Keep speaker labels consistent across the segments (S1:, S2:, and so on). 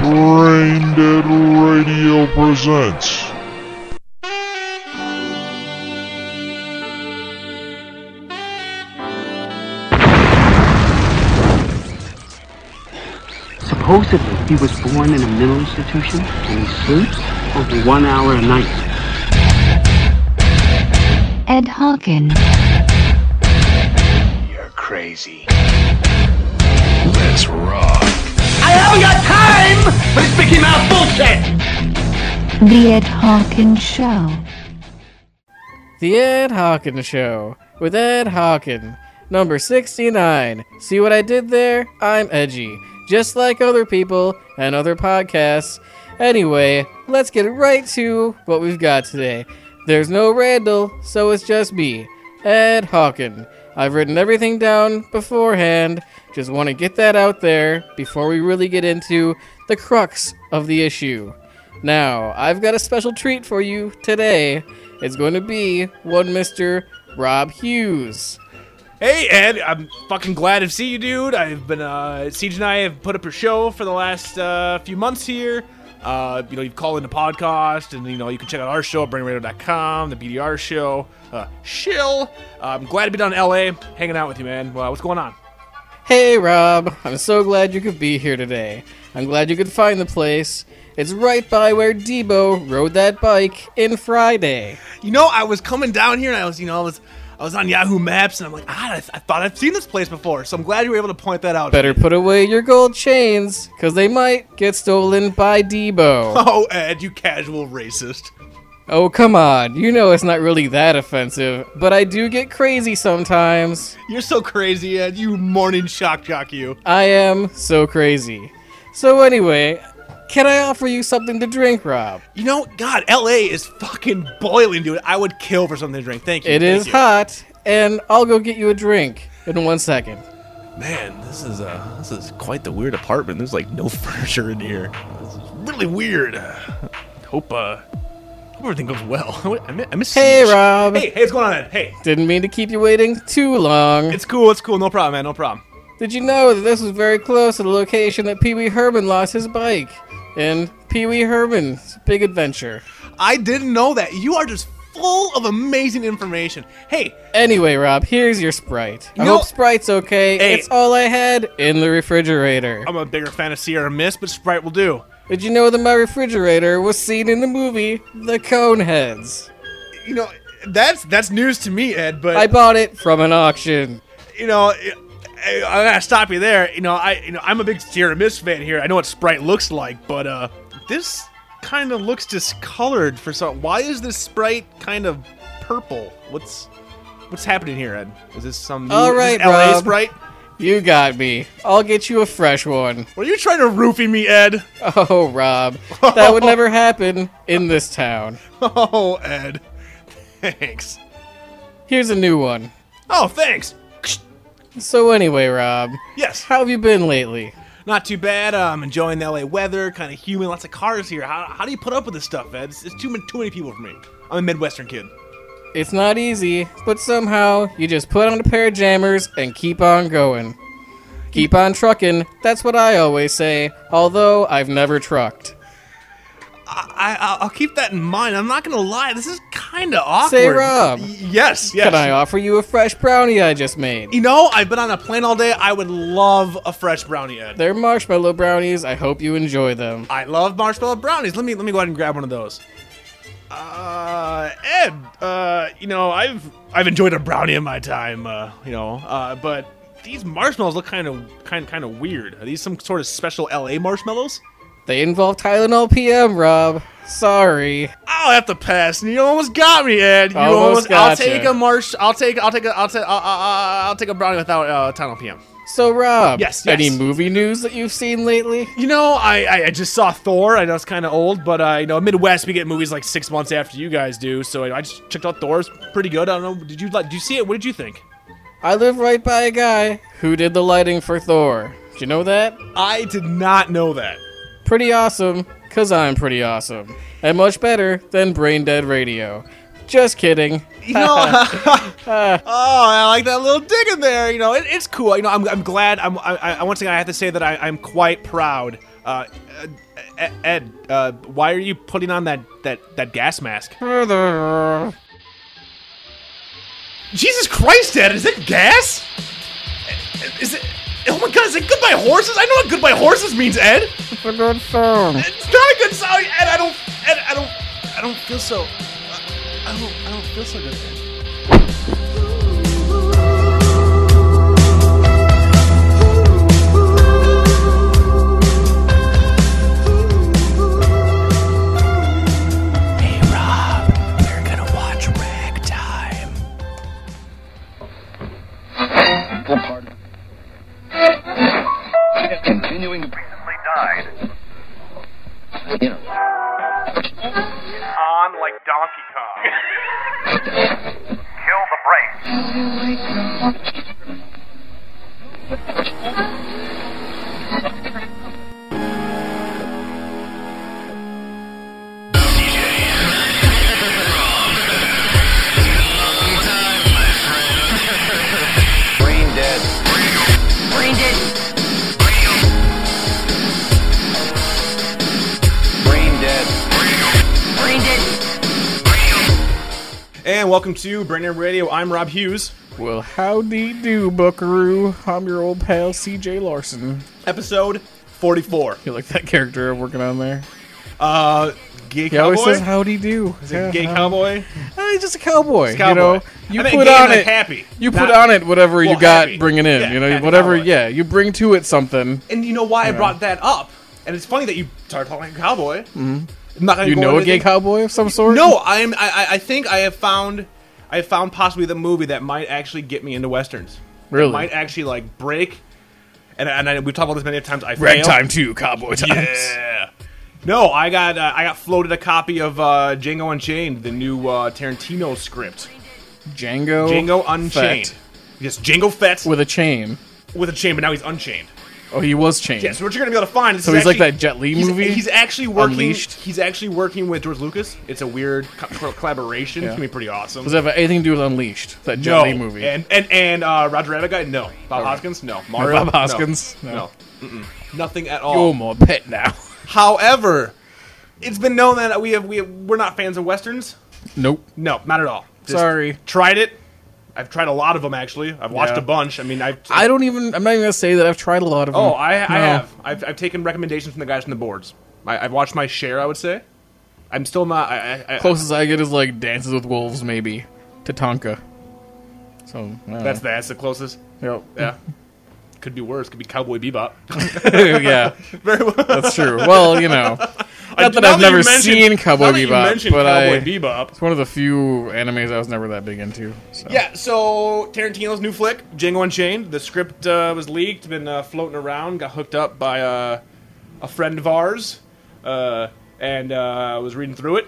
S1: Brain Dead Radio presents.
S2: Supposedly, he was born in a mental institution and he sleeps over one hour a night.
S3: Ed Hawkins.
S4: You're crazy. Let's rock.
S3: The Ed Hawkins Show.
S5: The Ed Hawkin Show with Ed Hawkin, number 69. See what I did there? I'm edgy, just like other people and other podcasts. Anyway, let's get right to what we've got today. There's no Randall, so it's just me, Ed Hawkin. I've written everything down beforehand, just want to get that out there before we really get into the crux of the issue. Now, I've got a special treat for you today. It's going to be one Mr. Rob Hughes.
S6: Hey Ed, I'm fucking glad to see you, dude. I've been uh, Siege and I have put up your show for the last uh, few months here. Uh, you know, you've called in the podcast, and you know you can check out our show at BrainRadio.com, the BDR show, uh, Shill. Uh, I'm glad to be down in LA, hanging out with you, man. Well, what's going on?
S5: Hey, Rob. I'm so glad you could be here today. I'm glad you could find the place. It's right by where Debo rode that bike in Friday.
S6: You know, I was coming down here, and I was, you know, I was, I was on Yahoo Maps, and I'm like, ah, I, I thought I've seen this place before. So I'm glad you were able to point that out.
S5: Better put away your gold chains, because they might get stolen by Debo.
S6: Oh, Ed, you casual racist.
S5: oh, come on. You know it's not really that offensive, but I do get crazy sometimes.
S6: You're so crazy, Ed. You morning shock jock, you.
S5: I am so crazy. So anyway, can I offer you something to drink, Rob?
S6: You know, God, LA is fucking boiling, dude. I would kill for something to drink. Thank you.
S5: It
S6: thank
S5: is
S6: you.
S5: hot, and I'll go get you a drink in one second.
S6: Man, this is uh this is quite the weird apartment. There's like no furniture in here. This is really weird. Uh, hope uh hope everything goes well. I miss, I miss
S5: Hey,
S6: Siege.
S5: Rob.
S6: Hey, hey, what's going on, Ed? Hey,
S5: Didn't mean to keep you waiting too long.
S6: it's cool, it's cool. No problem, man. No problem.
S5: Did you know that this was very close to the location that Pee Wee Herman lost his bike? And Pee Wee Herman's Big Adventure.
S6: I didn't know that. You are just full of amazing information. Hey,
S5: Anyway, Rob, here's your Sprite. I
S6: No-
S5: hope Sprite's okay.
S6: Hey. Um,
S5: It's all I had in the refrigerator.
S6: I'm a bigger fan of Sierra Miss, but Sprite will do.
S5: Did you know that my refrigerator was seen in the movie The Coneheads?
S6: You know, that's that's news to me, Ed, but
S5: I bought it from an auction.
S6: you know, I, I gotta stop you there. You know, I you know I'm a big Sierra Mist fan here. I know what Sprite looks like, but uh, this kind of looks discolored for some. Why is this Sprite kind of purple? What's what's happening here, Ed? Is this some new
S5: All
S6: is this
S5: right,
S6: LA
S5: Rob.
S6: Sprite?
S5: You got me. I'll get you a fresh one.
S6: Were you trying to roofie me, Ed?
S5: Oh, Rob. That would never happen in this town.
S6: Oh, Ed. Thanks.
S5: Here's a new one.
S6: Oh, thanks.
S5: So, anyway, Rob,
S6: Yes.
S5: how have you been lately?
S6: Not too bad. I'm enjoying the LA weather, kind of humid, lots of cars here. How, how do you put up with this stuff, Ed? It's, it's too, many- too many people for me. I'm a Midwestern kid.
S5: It's not easy, but somehow you just put on a pair of jammers and keep on going. Keep on trucking. That's what I always say, although I've never trucked.
S6: I, I I'll keep that in mind. I'm not gonna lie. This is kind of awkward.
S5: Say, Rob.
S6: Y- Yes. Yes.
S5: Can I uh, offer you a fresh brownie I just made?
S6: you know, I've been on a plane all day. I would love a fresh brownie, Ed.
S5: They're marshmallow brownies. I hope you enjoy them.
S6: I love marshmallow brownies. Let me let me go ahead and grab one of those. Uh, Ed. Uh, you know, I've I've enjoyed a brownie in my time. Uh, you know, uh, but these marshmallows look kind of kind kind of weird. Are these some sort of special LA marshmallows?
S5: They involve Tylenol PM, Rob. Sorry.
S6: I'll have to pass. You almost got me, Ed. You
S5: Almost
S6: almost. I'll
S5: gotcha.
S6: take a marsh. I'll take. I'll take a. I'll take. Uh, uh, uh, I'll take a brownie without uh, tunnel PM.
S5: So, Rob,
S6: Yes,
S5: any
S6: yes.
S5: movie news that you've seen lately?
S6: You know, I, I I just saw Thor. I know it's kind of old, but uh, you know, Midwest we get movies like six months after you guys do. So I, I just checked out Thor's pretty good. I don't know. Did you like? Did you see it? What did you think?
S5: I live right by a guy who did the lighting for Thor. Do you know that?
S6: I did not know that.
S5: Pretty awesome, because I'm pretty awesome. And much better than Brain Dead Radio. Just kidding.
S6: You know, oh, I like that little dig in there. You know, it, it's cool. You know, I'm, I'm glad. I'm I, I once again I have to say that I, I'm quite proud Uh, Ed, Ed uh, why are you putting on that, that, that gas mask? Jesus Christ, Ed, is that gas? Is it? Oh my God, is it goodbye horses? I know what goodbye horses means, Ed.
S5: It's a good song.
S6: It's not a good song, Ed. I don't, Ed, I don't, I don't feel so. I don't, I don't feel so good. Ed.
S4: Hey Rob, we're gonna watch Ragtime.
S7: pardon. Continuing apparently died. You know.
S8: on like Donkey Kong. Kill the brakes.
S7: Brain dead. Brain dead.
S6: And welcome to Brain Dead Radio. I'm Rob Hughes.
S5: Well, howdy do, Buckaroo. I'm your old pal CJ Larson.
S6: Episode 44.
S5: You like that character I'm working on there?
S6: Uh, gay
S5: He always says
S6: cowboy.
S5: howdy do.
S6: Is it gay cowboy?
S5: Uh, he's just a cowboy.
S6: cowboy.
S5: You know,
S6: I
S5: you
S6: meant
S5: put
S6: gay
S5: on
S6: like
S5: it.
S6: happy,
S5: You
S6: not-
S5: put on it whatever you
S6: Well,
S5: got
S6: happy.
S5: bringing in.
S6: Yeah,
S5: you know,
S6: happy
S5: whatever.
S6: cowboy.
S5: Yeah, you bring to it something.
S6: And you know why I brought that up? And it's funny that you started talking like a cowboy. Mm-hmm. I'm not gonna
S5: You
S6: go
S5: know a
S6: into
S5: gay
S6: anything-
S5: cowboy of some sort?
S6: No, I'm. I, I- I think I have found. I have found possibly the movie that might actually get me into westerns.
S5: Really?
S6: Might actually like break. And, and I, we've talked about this many times. I failed.
S5: Ragtime too, cowboy times.
S6: Yeah. No, I got uh, I got floated a copy of uh, Django Unchained, the new uh, Tarantino script.
S5: Django.
S6: Django Unchained.
S5: Fett
S6: Yes, Django Fett with,
S5: with a chain.
S6: a chain, but now he's unchained.
S5: Oh, he was chained.
S6: Yes, what you're gonna be able to find. Is
S5: So
S6: he's
S5: he's like
S6: actually-
S5: that Jet Li
S6: he's-
S5: movie?
S6: He's, actually working.
S5: Unleashed?
S6: He's actually working with George Lucas. It's a weird co- co- collaboration.
S5: Yeah.
S6: It's gonna be pretty awesome.
S5: Does that have anything to do with Unleashed? That Jet
S6: no.
S5: Li movie.
S6: And and and uh, Roger Rabbit guy? No. Bob Hoskins? No. Mario?
S5: Bob Hoskins?
S6: No.
S5: No.
S6: no. Mm-mm. Nothing at all.
S5: You're Oh, my pet now.
S6: However, it's been known that we have we have, we're not fans of westerns.
S5: nope.
S6: No, not at all. Just
S5: Sorry.
S6: Tried it. I've tried a lot of them actually. I've watched
S5: Yeah.
S6: a bunch. I mean, I've
S5: I don't even. I'm not even gonna say that I've tried a lot of them.
S6: Oh, I, I
S5: No.
S6: have. I've, I've taken recommendations from the guys from the boards. I, I've watched my share. I would say. I'm still not. I, I, I,
S5: Closest I get is like Dances with Wolves, maybe Tatanka. So I don't
S6: That's that's the closest.
S5: know. Yep.
S6: Yeah. Could be worse. Could be Cowboy Bebop.
S5: yeah,
S6: Very well. Not
S5: that's true. Well, you know, not that I've never seen Cowboy Bebop, but I.
S6: Bebop.
S5: It's one of the few animes I was never that big into. So.
S6: Yeah, so Tarantino's new flick, Django Unchained. The script uh, was leaked, been uh, floating around, got hooked up by uh, a friend of ours, uh, and uh, was reading through it.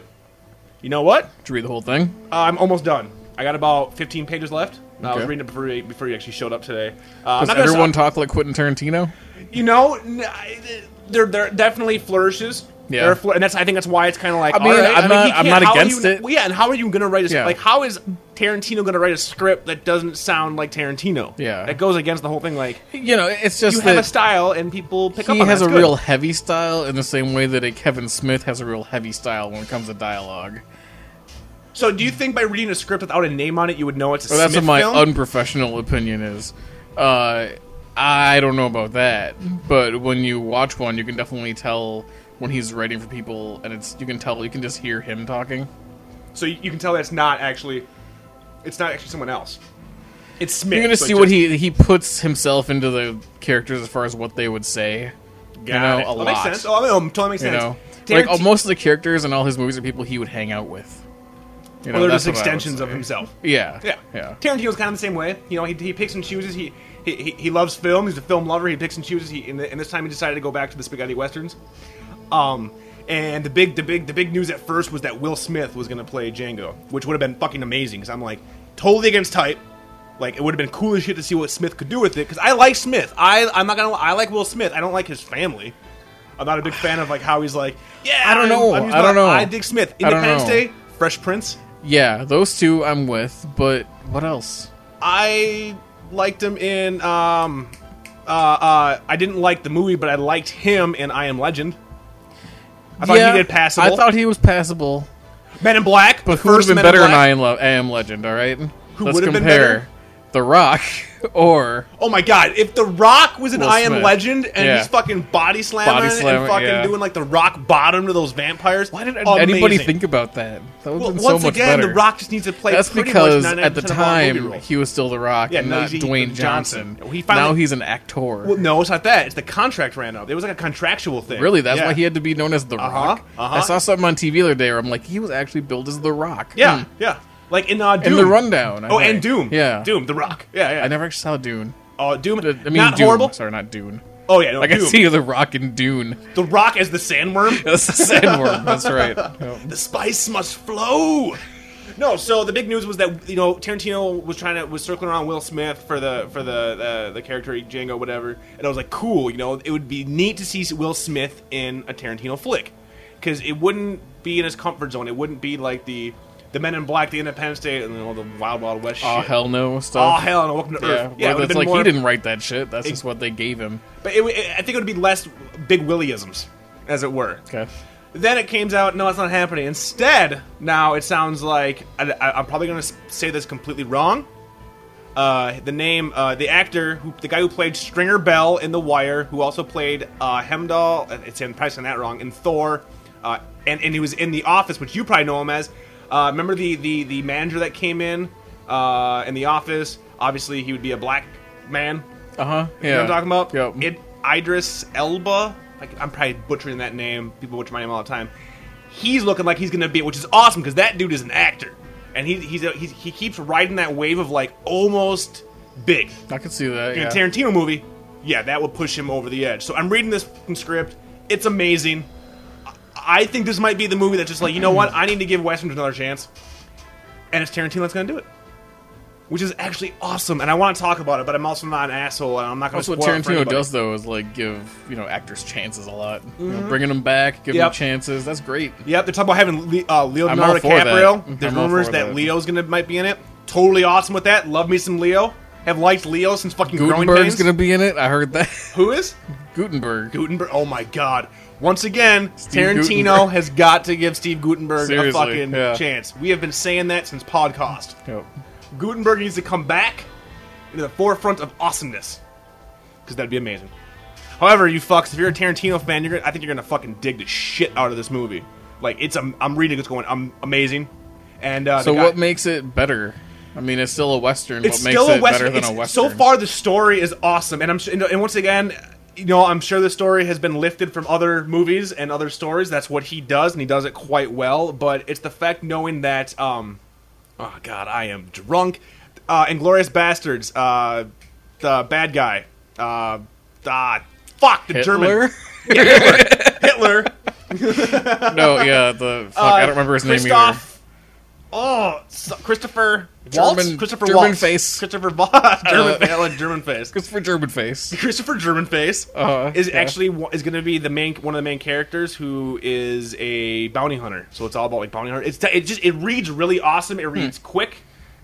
S6: You know what?
S5: Did you read the whole thing?
S6: I'm almost done. I got about 15 pages left. I was
S5: Okay.
S6: reading it before you, before you actually showed up today. Uh, I'm
S5: Does
S6: not gonna
S5: everyone
S6: stop-
S5: talk like Quentin Tarantino?
S6: you know, n- I- there there definitely flourishes.
S5: Yeah.
S6: There are fl- and that's I think that's why it's kind of like.
S5: I mean,
S6: all right,
S5: I'm
S6: I
S5: not-
S6: he
S5: I'm
S6: can't-
S5: not
S6: how are
S5: against
S6: you,
S5: it.
S6: Well, yeah, and how are you going to write a script?
S5: Yeah.
S6: like? How is Tarantino going to write a script that doesn't sound like Tarantino?
S5: Yeah.
S6: that goes against the whole thing. Like
S5: You know, it's just
S6: you
S5: that
S6: have a style, and people pick up.
S5: he
S6: on
S5: has
S6: that.
S5: a
S6: It's good.
S5: real heavy style in the same way that a Kevin Smith has a real heavy style when it comes to dialogue.
S6: So, do you think by reading a script without a name on it, you would know it's a
S5: Well, that's
S6: Smith
S5: what my
S6: film?
S5: unprofessional opinion is. Uh, I don't know about that, but when you watch one, you can definitely tell when he's writing for people, and it's you can tell you can just hear him talking.
S6: so you you can tell that's not actually, it's not actually someone else. It's Smith.
S5: You're gonna
S6: so
S5: see
S6: it's
S5: what
S6: just-
S5: he he puts himself into the characters as far as what they would say.
S6: Got
S5: know,
S6: it.
S5: a
S6: that makes
S5: lot.
S6: sense. Oh, I mean, totally makes
S5: You
S6: sense.
S5: know,
S6: Tarantino-
S5: like oh, most of the characters in all his movies are people he would hang out with. You know,
S6: Well, they're
S5: that's
S6: just
S5: what I would
S6: extensions of
S5: say.
S6: himself.
S5: Yeah,
S6: Yeah.
S5: yeah.
S6: Tarantino's kind of the same way. You know, he, he picks and chooses. He, he he he loves film. He's a film lover. He picks and chooses. He and, th- and this time he decided to go back to the spaghetti westerns. Um, and the big the big the big news at first was that Will Smith was going to play Django, which would have been fucking amazing. Because I'm like totally against type. Like it would have been cool as shit to see what Smith could do with it. Because I like Smith. I I'm not gonna. lie, I like Will Smith. I don't like his family. I'm not a big fan of like how he's like. Yeah,
S5: I don't know.
S6: I'm- I'm just
S5: I don't
S6: not-
S5: know.
S6: I dig Smith.
S5: I don't
S6: Independence
S5: know.
S6: Day, Fresh Prince.
S5: Yeah, those two I'm with, but what else?
S6: I liked him in um Uh, uh, I didn't like the movie, but I liked him in I Am Legend. I thought
S5: Yeah,
S6: he did passable.
S5: I thought he was passable.
S6: Men in Black,
S5: But who would
S6: first
S5: have been
S6: Men
S5: better
S6: in
S5: than I
S6: Black.
S5: am, Lo- I am Legend, alright? Who Let's
S6: would've been
S5: compare The Rock or
S6: Oh my god! If The Rock was an
S5: Will
S6: I Am
S5: Smith.
S6: Legend and
S5: Yeah.
S6: he's fucking body slamming,
S5: Body slamming,
S6: and fucking
S5: yeah.
S6: doing like the Rock bottom to those vampires, why did
S5: anybody think about that? That would
S6: Well,
S5: have been
S6: once
S5: so much
S6: again,
S5: better.
S6: The Rock just needs to play.
S5: That's
S6: pretty
S5: because
S6: much 99%
S5: at the
S6: of all movie
S5: time
S6: roles.
S5: he was still The Rock
S6: Yeah,
S5: and
S6: no,
S5: not
S6: he's
S5: Dwayne
S6: Dwayn
S5: Johnson.
S6: Johnson. He finally-
S5: now he's an actor.
S6: Well, no, it's not that. It's the contract ran up. It was like a contractual thing.
S5: Really, that's
S6: Yeah.
S5: why he had to be known as The Rock.
S6: uh-huh.
S5: I saw something on TV the other day where I'm like, he was actually billed as The Rock.
S6: Yeah,
S5: Hmm.
S6: yeah. Like in uh, Doom.
S5: In the rundown. I
S6: Oh,
S5: think.
S6: and Doom.
S5: Yeah.
S6: Doom, The Rock. Yeah, yeah.
S5: I never actually saw Dune.
S6: Oh, Doom.
S5: I mean,
S6: not
S5: Dune.
S6: horrible.
S5: Sorry, not Dune.
S6: Oh yeah, no,
S5: Like
S6: Doom.
S5: I see The Rock in Dune.
S6: The Rock as the Sandworm.
S5: That's the sandworm. That's right. Yep.
S6: the spice must flow. No, so the big news was that you know Tarantino was trying to was circling around Will Smith for the for the uh, the character Django whatever, and I was like, cool, you know, it would be neat to see Will Smith in a Tarantino flick, because it wouldn't be in his comfort zone. It wouldn't be like the the Men in Black, the Independence Day, and all the Wild Wild West
S5: Oh
S6: shit.
S5: hell no
S6: Oh
S5: stuff.
S6: hell, and welcome to
S5: Yeah,
S6: Earth. Yeah, it
S5: well, that's
S6: would've been
S5: like
S6: more-
S5: he didn't write that shit. That's just what they gave him.
S6: But it, it, I think it would be less big Willy isms, as it were.
S5: Okay.
S6: Then it came out, no, it's not happening. Instead, now it sounds like I, I, I'm probably going to say this completely wrong. Uh, the name, uh, the actor, who, the guy who played Stringer Bell in The Wire, who also played uh, Hemdall, uh, it's in pronouncing that wrong, in Thor, uh, and, and he was in The Office, which you probably know him as. Uh, remember the, the, the manager that came in uh, in The Office? Obviously, he would be a black man.
S5: Uh huh. Yeah.
S6: You know what I'm talking about?
S5: Yep.
S6: It, Idris Elba. Like, I'm probably butchering that name. People butcher my name all the time. He's looking like he's gonna be, which is awesome because that dude is an actor, and he he's, a, he's he keeps riding that wave of like almost big
S5: I can see that.
S6: in
S5: Yeah.
S6: a Tarantino movie. Yeah, that would push him over the edge. So I'm reading this fucking script. It's amazing. I- I think this might be the movie that's just like, you know what? I need to give westerns another chance, and it's Tarantino that's gonna do it. Which is actually awesome, and I want to talk about it, but I'm also not an asshole, and I'm not going
S5: That's
S6: to.
S5: what Tarantino does, though, is like give you know actors chances a lot. You know, bringing them back, giving
S6: Mm-hmm.
S5: them
S6: Yep.
S5: chances. That's great.
S6: Yep, they're talking about having Le- uh,
S5: I'm
S6: Leonardo
S5: all for that.
S6: DiCaprio.
S5: I'm
S6: There's
S5: all
S6: rumors
S5: for
S6: that,
S5: that.
S6: Leo's gonna might be in it. Totally awesome with that. Love me some Leo. Have liked Leo since fucking growing pains.
S5: Gutenberg's gonna be in it. I heard that.
S6: Who is?
S5: Gutenberg.
S6: Gutenberg. Oh my god. Once again,
S5: Steve
S6: Tarantino
S5: Gutenberg.
S6: has got to give Steve Gutenberg a
S5: Seriously,
S6: fucking
S5: yeah.
S6: chance. We have been saying that since podcast.
S5: Yep.
S6: Gutenberg needs to come back into the forefront of awesomeness. Because that'd be amazing. However, you fucks, if you're a Tarantino fan, you're gonna, I think you're gonna fucking dig the shit out of this movie. Like it's, um, I'm reading it's going, I'm amazing. And uh, the
S5: So
S6: guy-
S5: what makes it better? I mean, it's still a western.
S6: it's
S5: what makes
S6: still
S5: it
S6: a western.
S5: better than
S6: It's-
S5: a western?
S6: So far, the story is awesome, and I'm su- and once again, you know, I'm sure the story has been lifted from other movies and other stories. That's what he does, and he does it quite well. But it's the fact knowing that, um, oh god, I am drunk. Uh, Inglorious Bastards, uh, the bad guy, uh, ah, fuck the German
S5: Hitler?
S6: Hitler. Uh,
S5: no, Oh, yeah. The fuck, I don't remember his name either.
S6: Christoph- Oh, so- Christopher
S5: German-
S6: Waltz? Christopher
S5: German
S6: Waltz.
S5: face.
S6: Christopher Waltz. German, face. I like German face.
S5: Christopher German face.
S6: Christopher German face
S5: Uh-huh,
S6: is
S5: yeah.
S6: actually wa- is going to be the main one of the main characters who is a bounty hunter. So it's all about like bounty hunter. It's t- it just it reads really awesome. It reads quick,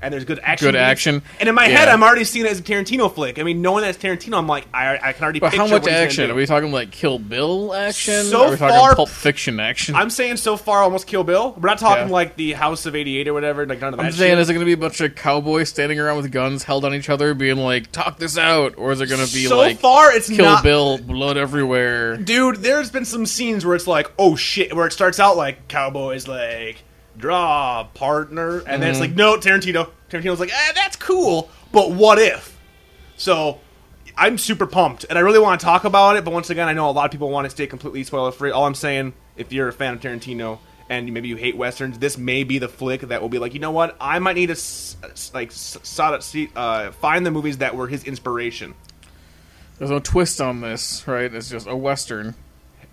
S6: and there's good action.
S5: Hmm. Good
S6: beats.
S5: action.
S6: And in my head,
S5: Yeah.
S6: I'm already seeing it as a Tarantino flick. I mean, knowing that it's Tarantino, I'm like, I, I can already.
S5: But how
S6: picture
S5: much
S6: what he's gonna
S5: action?
S6: do.
S5: Are we talking like Kill Bill action?
S6: So
S5: Are we talking
S6: far-
S5: Pulp Fiction action?
S6: I'm saying so far, almost Kill Bill. We're not talking
S5: Yeah.
S6: like the House of '88 or whatever. Like none of that.
S5: I'm saying,
S6: shit.
S5: is it going to be a bunch of cowboys standing around with guns held on each other, being like, "Talk this out," or is it going to be
S6: so
S5: like,
S6: far it's
S5: "Kill
S6: not
S5: Bill, blood everywhere"?
S6: dude there's been some scenes where it's like oh shit where it starts out like cowboys like draw partner and then it's
S5: Mm-hmm.
S6: like no tarantino tarantino's like ah, that's cool but what if so i'm super pumped and i really want to talk about it but once again i know a lot of people want to stay completely spoiler free all i'm saying if you're a fan of tarantino and maybe you hate westerns this may be the flick that will be like you know what i might need to s- s- like s- sod up- see- uh, find the movies that were his inspiration
S5: There's no twist on this, right? It's just a western.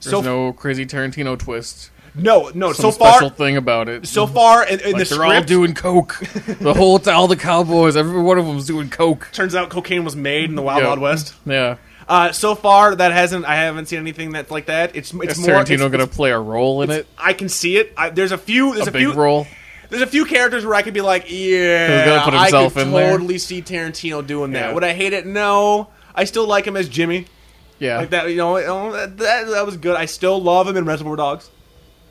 S5: There's
S6: So-
S5: no crazy Tarantino twist.
S6: no no
S5: Some
S6: so far
S5: special thing about it.
S6: so far in, in
S5: like
S6: the
S5: they're all
S6: script,
S5: doing coke. the whole all the cowboys, every one of them's doing coke.
S6: turns out cocaine was made in the Wild
S5: Yeah.
S6: Wild West.
S5: Yeah,
S6: Uh, so far, that hasn't. I haven't seen anything that's like that. It's it's
S5: is
S6: more.
S5: Tarantino
S6: it's-
S5: going to
S6: it's-
S5: play a role in it?
S6: I can see it. I, there's a few. There's
S5: A
S6: a,
S5: big
S6: few.
S5: role.
S6: There's a few characters where I could be like, yeah,
S5: He's gonna put
S6: I could
S5: himself in there.
S6: totally see Tarantino doing that.
S5: Yeah.
S6: Would I hate it? No. I still like him as Jimmy.
S5: Yeah.
S6: Like that, you know, you know, um, that, that, that was good. I still love him in Reservoir Dogs.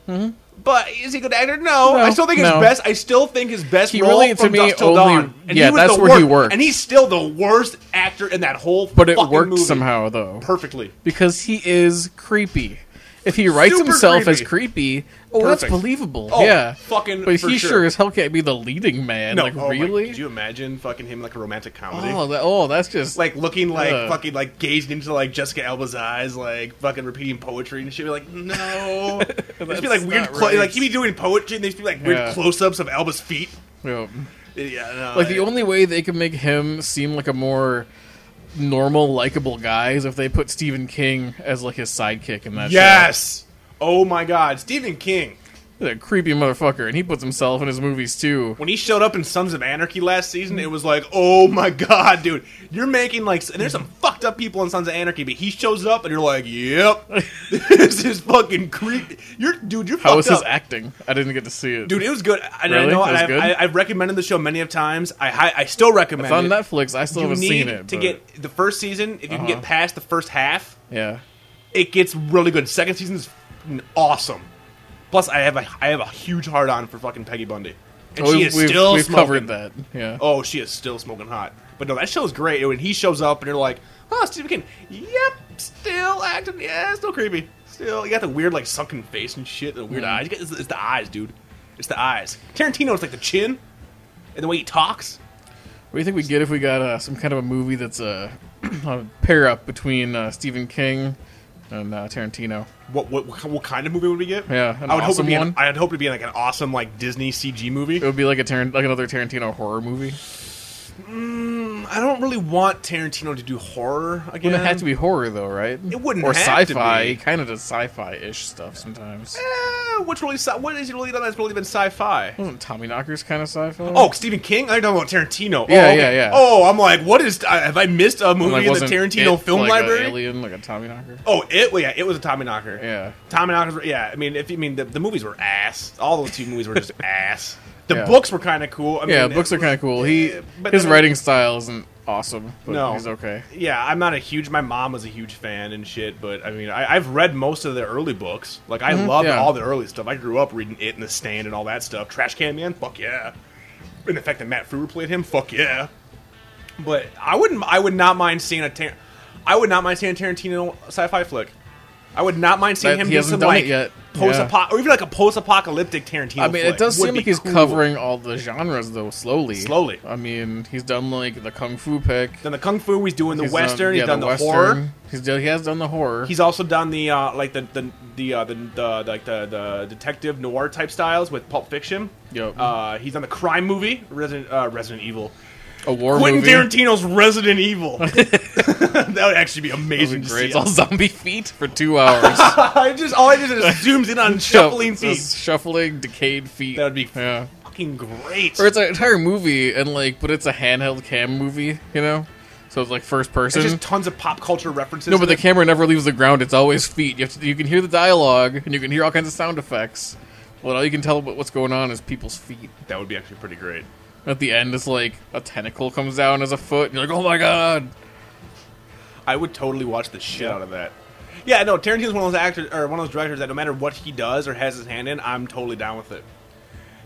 S6: But is he a good actor? No.
S5: Mm-hmm. No,
S6: I still think
S5: no.
S6: his best. I still think his best
S5: He
S6: role
S5: really, to
S6: from
S5: me,
S6: Dusk Till
S5: only-
S6: Dawn. And
S5: yeah,
S6: he was
S5: that's
S6: the
S5: where he
S6: worst.
S5: worked.
S6: And he's still the worst actor in that whole.
S5: but it
S6: fucking
S5: worked
S6: movie.
S5: somehow though
S6: perfectly.
S5: because he is creepy. If he writes
S6: Super
S5: himself as creepy, oh, that's
S6: Perfect.
S5: believable.
S6: Oh,
S5: yeah,
S6: fucking
S5: But
S6: for
S5: he
S6: sure.
S5: sure as hell can't be the leading man.
S6: No,
S5: like
S6: oh my-
S5: really?
S6: could you imagine fucking him like a romantic comedy?
S5: oh, that, oh, that's just
S6: like looking like
S5: Ugh.
S6: fucking like gazing into like Jessica Alba's eyes, like fucking repeating poetry and shit. Be like, no, it'd just be like
S5: That's
S6: weird,
S5: not
S6: clo-
S5: right.
S6: like he'd be doing poetry and they'd be like weird
S5: Yeah.
S6: close-ups of Alba's feet.
S5: Yeah.
S6: Yeah, no,
S5: like the
S6: I-
S5: only way they could make him seem like a more normal, likable guy is if they put Stephen King as like his sidekick in that. show.
S6: yes. Oh my God, Stephen King.
S5: He's a creepy motherfucker, and he puts himself in his movies too.
S6: When he showed up in Sons of Anarchy last season, it was like, oh my god, dude, you're making like, and there's some
S5: Mm-hmm.
S6: fucked up people in Sons of Anarchy, but he shows up and you're like, yep, this is fucking creepy. You're, dude, you're
S5: How
S6: fucked
S5: was his
S6: up.
S5: acting? I didn't get to see it.
S6: Dude, it was good. I,
S5: Really?
S6: I know
S5: It was
S6: I've,
S5: good?
S6: I, I've recommended the show many of times. I hi- I still recommend
S5: it's on
S6: it.
S5: Netflix. I still
S6: you
S5: haven't
S6: need
S5: seen it.
S6: to
S5: but- Uh-huh.
S6: get the first season. If you can get past the first half,
S5: yeah.
S6: it gets really good. Second season's fucking awesome. Plus, I have a I have a huge hard on for fucking Peggy Bundy, and
S5: Oh,
S6: she
S5: we've
S6: is
S5: we've-
S6: still
S5: we've covered
S6: smoking.
S5: that. Yeah.
S6: Oh, she is still smoking hot. But no, that show's great. When he shows up and you're like, oh, Stephen King, yep, still acting, yeah, still creepy. Still, you got the weird, like, sunken face and shit, the weird eyes. You got- It's, it's the eyes, dude. It's the eyes. Tarantino's like the chin and the way he talks.
S5: What do you think we get if we got uh, some kind of a movie that's a, a pair up between uh, Stephen King and uh, Tarantino?
S6: What, what what kind of movie would we get?
S5: Yeah, an
S6: I would hope
S5: awesome
S6: it'd be an-
S5: one.
S6: I'd hope it'd be like an awesome like Disney CG movie.
S5: It would be like a Taran- like another Tarantino horror movie.
S6: I don't really want Tarantino to do horror again.
S5: Wouldn't it have to be horror though, right?
S6: It wouldn't
S5: Or
S6: have to
S5: sci-fi.
S6: be.
S5: He kind of does sci-fi ish stuff sometimes.
S6: Eh, what's really sci- what has he really done that's really been sci-fi?
S5: Wasn't Tommy Knocker's kind of sci-fi?
S6: Oh, Stephen King? I don't know Tarantino.
S5: Yeah,
S6: oh, okay.
S5: yeah, yeah.
S6: Oh, I'm like, what is? I- Have I missed a movie in the
S5: wasn't
S6: Tarantino
S5: it
S6: film
S5: like
S6: library?
S5: A alien, like a Tommy Knocker.
S6: Oh, it. well, Yeah, it was a Tommy Knocker.
S5: Yeah.
S6: Tommy Knockers. were- Yeah, I mean, if you mean the, the movies were ass. All those two movies were just ass. The
S5: Yeah.
S6: books were kind of cool. I
S5: Yeah,
S6: mean,
S5: books
S6: it
S5: are kind of
S6: was-
S5: cool. He
S6: Yeah, but
S5: his
S6: then-
S5: writing style isn't awesome, but
S6: No,
S5: he's okay.
S6: Yeah, I'm not a huge. My mom was a huge fan and shit, but I mean, I, I've read most of the early books. Like, I loved
S5: Mm-hmm. yeah.
S6: all the early stuff. I grew up reading it and the stand and all that stuff. Trash Can Man, fuck yeah. And the fact that Matt Frewer played him, fuck yeah. But I wouldn't. I would not mind seeing a. Tar- I would not mind seeing a Tarantino sci-fi flick. I would not mind seeing
S5: That-
S6: him
S5: he
S6: do
S5: hasn't
S6: some
S5: done it
S6: like
S5: yet.
S6: post-apo- or even like a post-apocalyptic Tarantino.
S5: I mean,
S6: flick
S5: it does
S6: would
S5: seem
S6: be
S5: like he's
S6: cool.
S5: covering all the genres though, slowly.
S6: Slowly.
S5: I mean, he's done like the kung fu pick.
S6: Then the kung fu. He's doing the
S5: He's done-
S6: western.
S5: yeah,
S6: he's done the, horror.
S5: western. He's done, he has done the horror.
S6: He's also done the uh, like the the the, uh, the, the like the, the detective noir type styles with Pulp Fiction.
S5: Yep.
S6: Uh, he's done the crime movie Resident uh, Resident Evil.
S5: a war
S6: Quentin
S5: movie.
S6: Tarantino's Resident Evil. that would actually be
S5: That'd
S6: amazing.
S5: be
S6: to
S5: great.
S6: see.
S5: It's all zombie feet for two hours.
S6: I just all I did is zooms in on shuffling
S5: It's just
S6: feet.
S5: Shuffling, decayed feet.
S6: That would be
S5: yeah.
S6: fucking great.
S5: Or it's an entire movie and like, but it's a handheld cam movie, you know. So it's like first person.
S6: There's just tons of pop culture references.
S5: No, but
S6: in
S5: the
S6: it.
S5: camera never leaves the ground. It's always feet. You, have to, you can hear the dialogue, and you can hear all kinds of sound effects. But all you can tell about what's going on is people's feet.
S6: that would be actually pretty great.
S5: At the end, it's like a tentacle comes down as a foot, and you're like, "Oh my god!"
S6: I would totally watch the shit out of that. Yeah, no, Tarantino's one of those actors or one of those directors that no matter what he does or has his hand in, I'm totally down with it.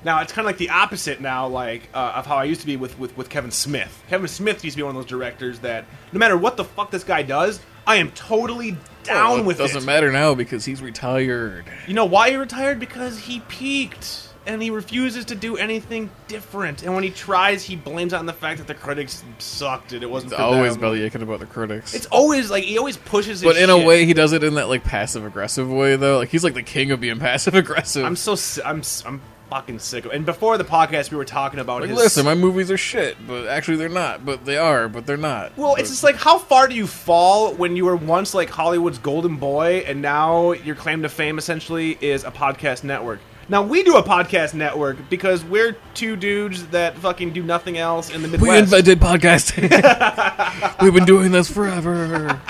S6: Now it's kind of like the opposite now, like uh, of how I used to be with, with with Kevin Smith. Kevin Smith used to be one of those directors that no matter what the fuck this guy does, I am totally down
S5: Well,
S6: with
S5: it doesn't matter now because he's retired.
S6: You know why he retired? Because he peaked. And he refuses to do anything different. And when he tries, he blames it on the fact that the critics sucked and it wasn't
S5: It's
S6: for
S5: always
S6: them.
S5: bellyaching about the critics.
S6: It's always like he always pushes. His
S5: but in a
S6: shit.
S5: way, he does it in that like passive aggressive way, though. Like he's like the king of being passive aggressive.
S6: I'm so si- I'm s- I'm fucking sick. of And before the podcast, we were talking about
S5: like,
S6: his.
S5: listen, my movies are shit, but actually they're not. But they are, but they're not.
S6: well,
S5: But-
S6: it's just like how far do you fall when you were once like Hollywood's golden boy, and now your claim to fame essentially is a podcast network. Now we do a podcast network because we're two dudes that fucking do nothing else in the Midwest.
S5: We invented podcasting. We've been doing this forever.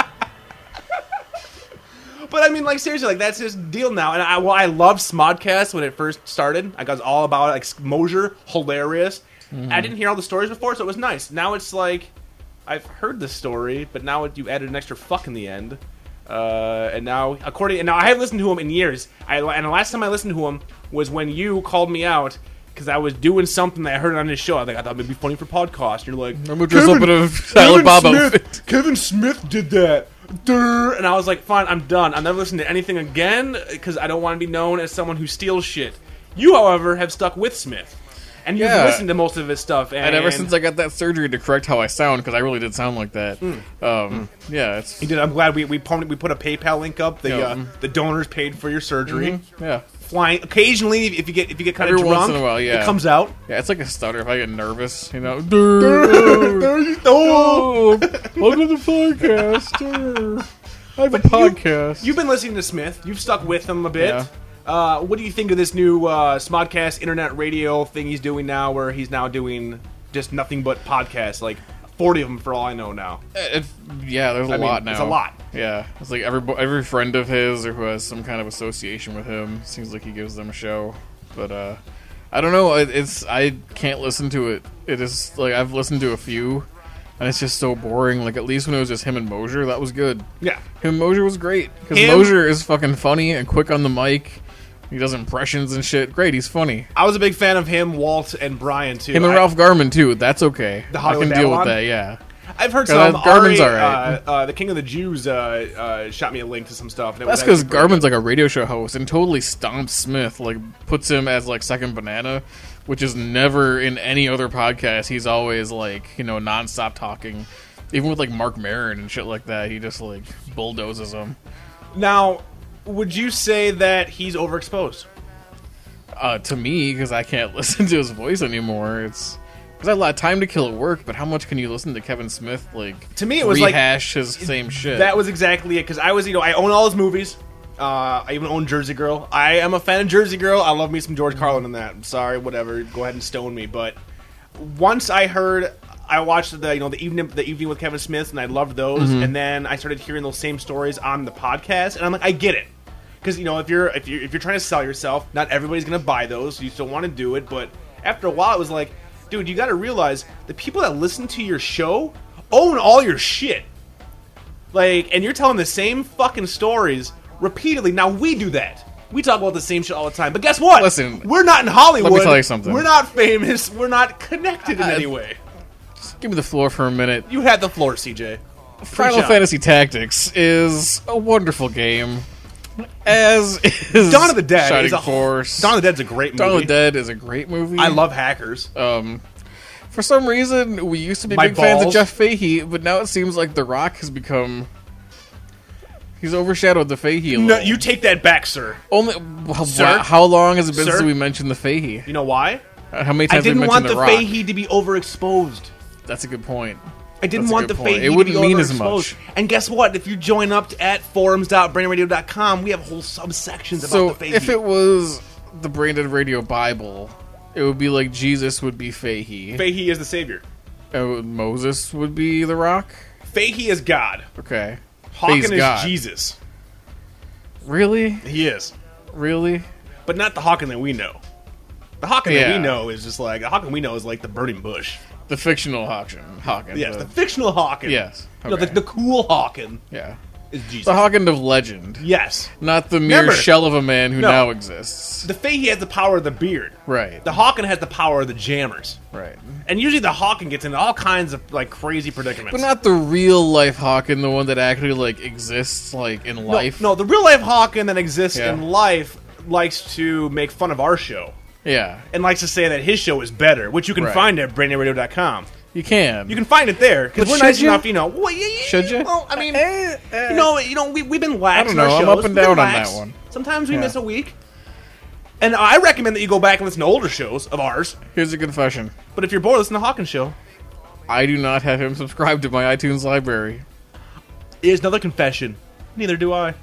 S6: But I mean, like seriously, like that's his deal now. And I, well, I loved Smodcast when it first started. I was all about it. like Mosier, hilarious. I didn't hear all the stories before, so it was nice. Now it's like I've heard this story, but now you added an extra fuck in the end. Uh, and now, according, and now I haven't listened to him in years. I and the last time I listened to him was when you called me out because I was doing something that I heard on his show. I think I thought it'd be funny for podcast. You're like,
S5: I'm gonna dress up in a Silent Bob outfit.
S6: Smith, Kevin Smith did that. Durr. And I was like, fine, I'm done. I'm never listening to anything again because I don't want to be known as someone who steals shit. You, however, have stuck with Smith. And you've
S5: Yeah.
S6: listened to most of his stuff. And,
S5: And ever since I got that surgery to correct how I sound, because I really did sound like that.
S6: Hmm.
S5: Um, yeah, it's
S6: You did. I'm glad we we, pon- we put a PayPal link up. The
S5: Yeah. Mm-hmm.
S6: uh, the donors paid for your surgery.
S5: yeah,
S6: Flying occasionally, if you get if you get kind
S5: Every
S6: of
S5: once
S6: drunk,
S5: in a while, yeah.
S6: it comes out.
S5: yeah. It's like a stutter if I get nervous, you know.
S6: There you go.
S5: Oh, welcome to the podcast. I have a podcast.
S6: You've been listening to Smith. You've stuck with him a bit.
S5: Yeah.
S6: Uh, what do you think of this new uh, Smodcast internet radio thing he's doing now, where he's now doing just nothing but podcasts, like forty of them for all I know now.
S5: It- yeah, there's a
S6: I mean,
S5: lot now.
S6: it's a lot.
S5: Yeah, it's like every every friend of his or who has some kind of association with him seems like he gives them a show. But uh, I don't know. It, it's I can't listen to it. It is like I've listened to a few, and it's just so boring. Like at least when it was just him and Mosier, that was good.
S6: Yeah.
S5: him and Mosier was great because
S6: Him-
S5: Mosier is fucking funny and quick on the mic. He does impressions and shit. Great, he's funny.
S6: I was a big fan of him, Walt, and Brian too.
S5: Him and
S6: I-
S5: Ralph Garman too. That's okay.
S6: The
S5: I can
S6: Hollywood
S5: deal with
S6: Babylon?
S5: that. Yeah.
S6: I've heard
S5: Yeah,
S6: some.
S5: that Garmin's
S6: Ari,
S5: alright.
S6: uh, uh, the King of the Jews uh, uh, shot me a link to some stuff. And it
S5: That's
S6: was
S5: because
S6: actually pretty
S5: Garvin's like a radio show host and totally stomps Smith, like puts him as like second banana, which is never in any other podcast. He's always like you know nonstop talking, even with like Mark Maron and shit like that. He just like bulldozes him.
S6: good. Now, would you say that he's overexposed?
S5: Uh, to me, because I can't listen to his voice anymore. It's because I had a lot of time to kill at work, but how much can you listen to Kevin Smith? Like
S6: To me, it was like-
S5: rehash his same shit.
S6: That was exactly it. Because I was, you know, I own all his movies. Uh, I even own Jersey Girl. I am a fan of Jersey Girl. I love me some George Carlin in that. I'm sorry, whatever. Go ahead and stone me. But once I heard, I watched the you know the evening the evening with Kevin Smith, and I loved those. And then I started hearing those same stories on the podcast, and I'm like, I get it. Because you know if you're if you're if you're trying to sell yourself, not everybody's gonna buy those. You still want to do it, but after a while, it was like, dude, you got to realize the people that listen to your show own all your shit. Like, and you're telling the same fucking stories repeatedly. Now we do that. We talk about the same shit all the time. But guess what?
S5: Listen,
S6: we're not in Hollywood.
S5: tell you something.
S6: We're not famous. We're not connected in
S5: I-
S6: any way.
S5: Give me the floor for a minute.
S6: You had the floor, CJ.
S5: Final
S6: Preach on.
S5: Fantasy Tactics is a wonderful game. As is
S6: Dawn of the Dead
S5: Shining
S6: is a
S5: Force.
S6: Dawn of the Dead's a great movie. Oh.
S5: Dawn of the Dead is a great movie.
S6: I love hackers.
S5: Um, for some reason, we used to be
S6: My
S5: big fans of
S6: balls.
S5: Jeff Fahey, but now it seems like The Rock has become. He's overshadowed the Fahey. A
S6: no,
S5: little.
S6: you take that back, sir.
S5: only. Well,
S6: Sir?
S5: wow, how long has it been
S6: Sir?
S5: since we mentioned the Fahey?
S6: You know why?
S5: Uh, How many
S6: I
S5: times have we
S6: didn't
S5: mentioned
S6: want the
S5: The Rock?
S6: Fahey to be overexposed.
S5: That's a good point.
S6: I didn't
S5: That's a
S6: want the
S5: good point.
S6: fake.
S5: It wouldn't mean as much.
S6: And guess what? If you join up at forums.brainradio.com, we have whole subsections about the
S5: So
S6: fake.
S5: if it was the Branded Radio Bible, it would be like Jesus would be Fahey.
S6: Fahey is the savior.
S5: Uh, Moses would be the rock.
S6: Fahey is God.
S5: Okay.
S6: Hawken
S5: He's
S6: is
S5: God.
S6: Jesus.
S5: Really?
S6: He is,
S5: Really?
S6: but not the Hawken that we know. The Hawken that
S5: Yeah.
S6: we know is just like the Hawken we know is like the burning bush.
S5: The fictional Hawken. Hawken.
S6: Yes,
S5: the-
S6: the fictional Hawken.
S5: yes.
S6: You know,
S5: okay.
S6: the, the cool Hawken
S5: yeah.
S6: is Jesus.
S5: The Hawken of legend,
S6: yes,
S5: not the mere
S6: Remember-
S5: shell of a man who
S6: No.
S5: now exists.
S6: the Fahey has the power of the beard.
S5: Right.
S6: The Hawken has the power of the jammers.
S5: right.
S6: And usually the Hawken gets into all kinds of like crazy predicaments.
S5: But not the real life Hawken, the one that actually like exists like in
S6: No,
S5: life.
S6: No, the real life Hawken that exists
S5: Yeah.
S6: in life likes to make fun of our show
S5: Yeah.
S6: and likes to say that his show is better, which you can
S5: Right.
S6: find at brainyradio.com.
S5: You can.
S6: You can find it there because
S5: But
S6: we're
S5: should
S6: nice
S5: you?
S6: enough, you know. Well, yeah, yeah,
S5: Should you?
S6: Well, I mean,
S5: Eh, eh.
S6: you know, you know, we have been lax.
S5: I don't
S6: in our
S5: know, I'm
S6: shows.
S5: up and
S6: We've been
S5: down on that
S6: lax.
S5: one.
S6: Sometimes we
S5: Yeah.
S6: miss a week, and I recommend that you go back and listen to older shows of ours.
S5: Here's a confession.
S6: But if you're bored, listen to Hawken Show.
S5: I do not have him subscribed to my iTunes library.
S6: Here's another confession. Neither do I.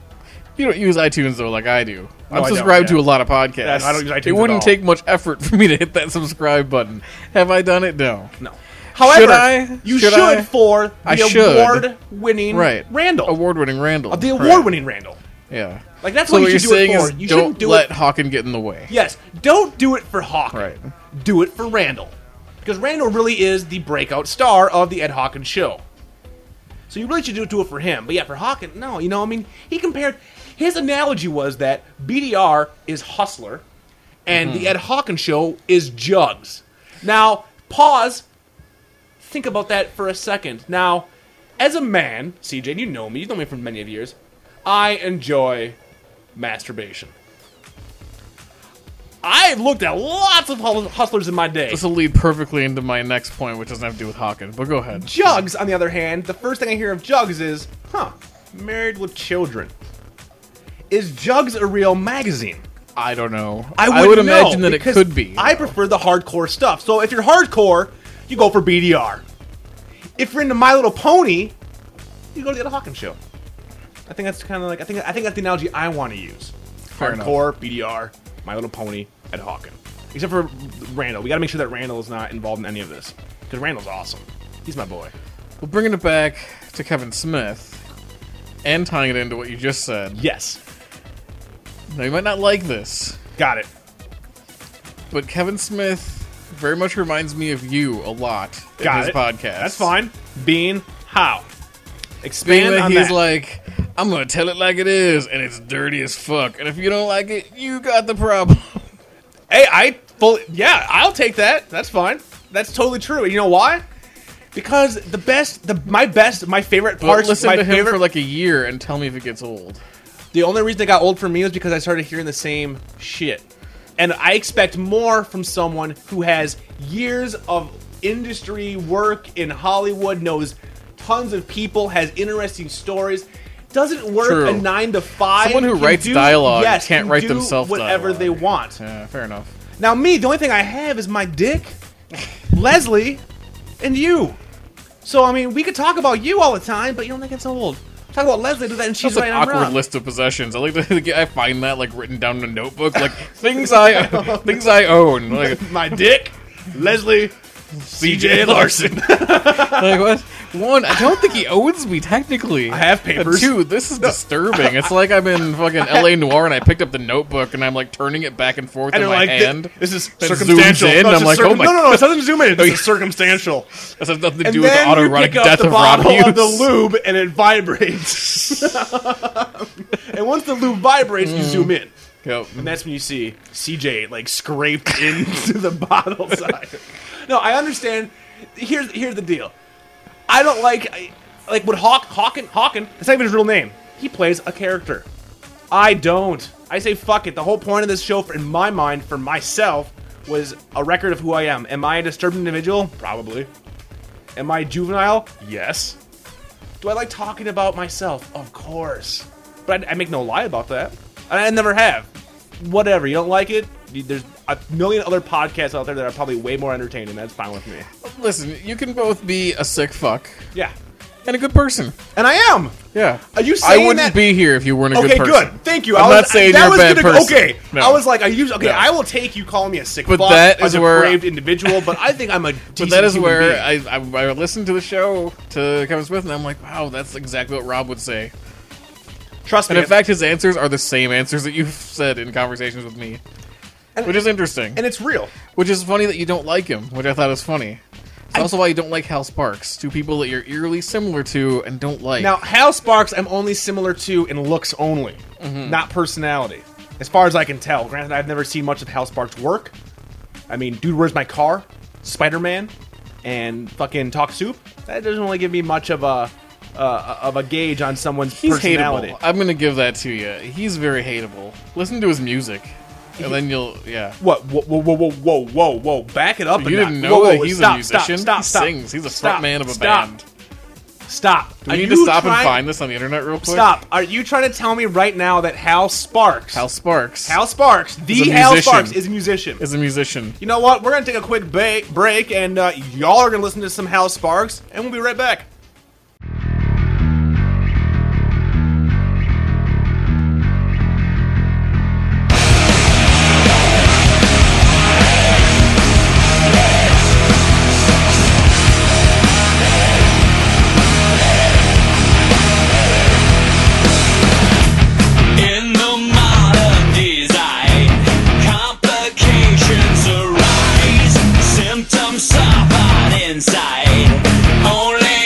S5: You don't use iTunes though, like I do.
S6: I
S5: I'm
S6: don't,
S5: subscribed
S6: yeah.
S5: to a lot of podcasts.
S6: Yeah, I don't use iTunes
S5: it
S6: at
S5: wouldn't
S6: all.
S5: take much effort for me to hit that subscribe button. Have I done it? No.
S6: No. However,
S5: I?
S6: you
S5: Should
S6: should,
S5: I?
S6: for the
S5: I should.
S6: award-winning
S5: Right.
S6: Randall. Uh,
S5: Award-winning Randall.
S6: the
S5: Right.
S6: award-winning Randall.
S5: Yeah.
S6: Like that's
S5: so
S6: what
S5: what
S6: you
S5: you're
S6: should do
S5: saying
S6: it for.
S5: is
S6: you
S5: don't
S6: shouldn't do
S5: let
S6: it.
S5: Hawken get in the way.
S6: Yes, don't do it for Hawk.
S5: Right.
S6: Do it for Randall, because Randall really is the breakout star of the Ed Hawkins show. So you really should do do it for him. But yeah, for Hawkins, no. You know, I mean, he compared. His analogy was that BDR is Hustler, and the Ed Hawkins show is Jugs. Now, pause. Think about that for a second. Now, as a man, CJ, and you know me. You know me for many of years. I enjoy masturbation. I've looked at lots of hus- hustlers in my day.
S5: This will lead perfectly into my next point, which doesn't have to do with Hawkins, but go ahead.
S6: Jugs, on the other hand, the first thing I hear of Jugs is, huh, married with children. Is Jugs a real magazine?
S5: I don't know.
S6: I
S5: would
S6: wouldn't know,
S5: imagine that it
S6: because
S5: could be.
S6: I prefer the hardcore stuff. So if you're hardcore, you go for BDR. If you're into My Little Pony, you go to the Ed Hawkins show. I think that's kind of like I think I think that's the analogy I want to use.
S5: Fair enough.
S6: hardcore, BDR, My Little Pony, Ed Hawkins. Except for Randall, we got to make sure that Randall is not involved in any of this because Randall's awesome. He's my boy.
S5: Well, bringing it back to Kevin Smith and tying it into what you just said.
S6: Yes,
S5: Now, you might not like this,
S6: got it.
S5: but Kevin Smith very much reminds me of you a lot in
S6: Got
S5: his
S6: it.
S5: podcast.
S6: That's fine. Bean, how?
S5: Being
S6: Expand
S5: that
S6: on
S5: he's
S6: that.
S5: like, I'm gonna tell it like it is, and it's dirty as fuck. And if you don't like it, you got the problem.
S6: Hey, I full yeah, I'll take that. That's fine. That's totally true. And you know why? Because the best, the my best, my favorite
S5: But
S6: parts,
S5: listen
S6: my
S5: to him
S6: favorite.
S5: for like a year and tell me if it gets old.
S6: the only reason it got old for me was because I started hearing the same shit, and I expect more from someone who has years of industry work in Hollywood, knows tons of people, has interesting stories. Doesn't work
S5: True.
S6: a nine to five.
S5: Someone who
S6: can
S5: writes
S6: do-
S5: dialogue
S6: yes,
S5: can't
S6: can
S5: write
S6: do
S5: themselves
S6: whatever
S5: dialogue.
S6: they want.
S5: Yeah, fair enough.
S6: Now, me, the only thing I have is my dick, Leslie, and you. So, I mean, we could talk about you all the time, but you don't think it's old. Talk about Leslie, do that, and she's
S5: That's
S6: right
S5: an
S6: on
S5: awkward list of possessions. I like to I find that like written down in a notebook, like things I things I own. Like,
S6: My dick, Leslie, CJ Larson.
S5: like what? One, I don't think he owns me technically. I
S6: have papers.
S5: Two, this is disturbing. It's like I'm in fucking L.A. Noir and I picked up the notebook and I'm like turning it back and forth
S6: And
S5: in
S6: they're
S5: my
S6: like,
S5: hand.
S6: thi- this is
S5: Then
S6: circumstantial.
S5: zooms in,
S6: no, it's
S5: I'm
S6: just
S5: like, oh my-
S6: no, no, no, it's nothing to zoom in. It's circumstantial.
S5: This has nothing to
S6: And
S5: do with the
S6: then you
S5: autoerotic
S6: pick up
S5: death
S6: the
S5: of Rob
S6: bottle of the
S5: Hughes.
S6: lube, and it vibrates. and once the lube vibrates,
S5: Mm.
S6: you zoom in.
S5: Yep.
S6: And that's when you see CJ like scraped into the bottle side. No, I understand. Here's here's the deal. I don't like I, like would Hawk Hawken Hawken. It's not even his real name. He plays a character. I don't. I say fuck it. The whole point of this show, for, in my mind, for myself, was a record of who I am. Am I a disturbed individual? Probably. Am I juvenile? Yes. Do I like talking about myself? Of course. But I, I make no lie about that. And I never have. Whatever. You don't like it? You- There's a million other podcasts out there that are probably way more entertaining. That's fine with me.
S5: Listen, you can both be a sick fuck
S6: Yeah.
S5: and a good person.
S6: And I am.
S5: Yeah.
S6: Are you
S5: I
S6: saying
S5: wouldn't
S6: that-
S5: be here if you weren't a
S6: Okay,
S5: good
S6: good,
S5: person.
S6: Thank you.
S5: I'm
S6: was,
S5: not saying
S6: that
S5: you're a
S6: was
S5: bad
S6: gonna-
S5: person.
S6: Okay,
S5: No.
S6: I was like, I use. Okay,
S5: No.
S6: I will take you calling me a sick
S5: But
S6: fuck,
S5: that
S6: a
S5: is where-
S6: depraved individual, but I think I'm a.
S5: But
S6: decent
S5: that is
S6: human
S5: where
S6: being.
S5: I, I I listened to the show to Kevin Smith and I'm like, wow, that's exactly what Rob would say.
S6: trust me.
S5: And in fact, his answers are the same answers that you've said in conversations with me,
S6: And-
S5: which is interesting.
S6: and it's real.
S5: which is funny that you don't like him, which I thought was funny. It's also why you don't like Hal Sparks, two people that you're eerily similar to and don't like.
S6: Now, Hal Sparks, I'm only similar to in looks only,
S5: Mm-hmm.
S6: not personality, as far as I can tell. Granted, I've never seen much of Hal Sparks' work. I mean, dude, where's my car? Spider Man, and fucking talk soup. That doesn't really give me much of a uh, of a gauge on someone's
S5: he's
S6: personality.
S5: hateable. I'm gonna give that to you. He's very hateable. Listen to his music, and then you'll yeah.
S6: What? Whoa, whoa, whoa, whoa, whoa, whoa, whoa! Back it up.
S5: You
S6: a
S5: didn't
S6: notch.
S5: know
S6: Whoa, whoa,
S5: that he's
S6: stop,
S5: a musician.
S6: Stop,
S5: he
S6: stop,
S5: sings. He's a
S6: stop,
S5: front man of a
S6: stop,
S5: band.
S6: Stop.
S5: We
S6: Are
S5: need
S6: you
S5: to stop
S6: trying-
S5: and find this on the internet real quick.
S6: Stop. Are you trying to tell me right now that Hal Sparks?
S5: Hal Sparks
S6: Hal Sparks,
S5: Is
S6: the
S5: a
S6: Hal
S5: musician.
S6: Sparks, is a musician.
S5: is a musician.
S6: you know what? We're gonna take a quick ba- break, and uh, y'all are gonna listen to some Hal Sparks, and we'll be right back.
S9: In the modern design, complications arise. Symptoms suffered inside. Only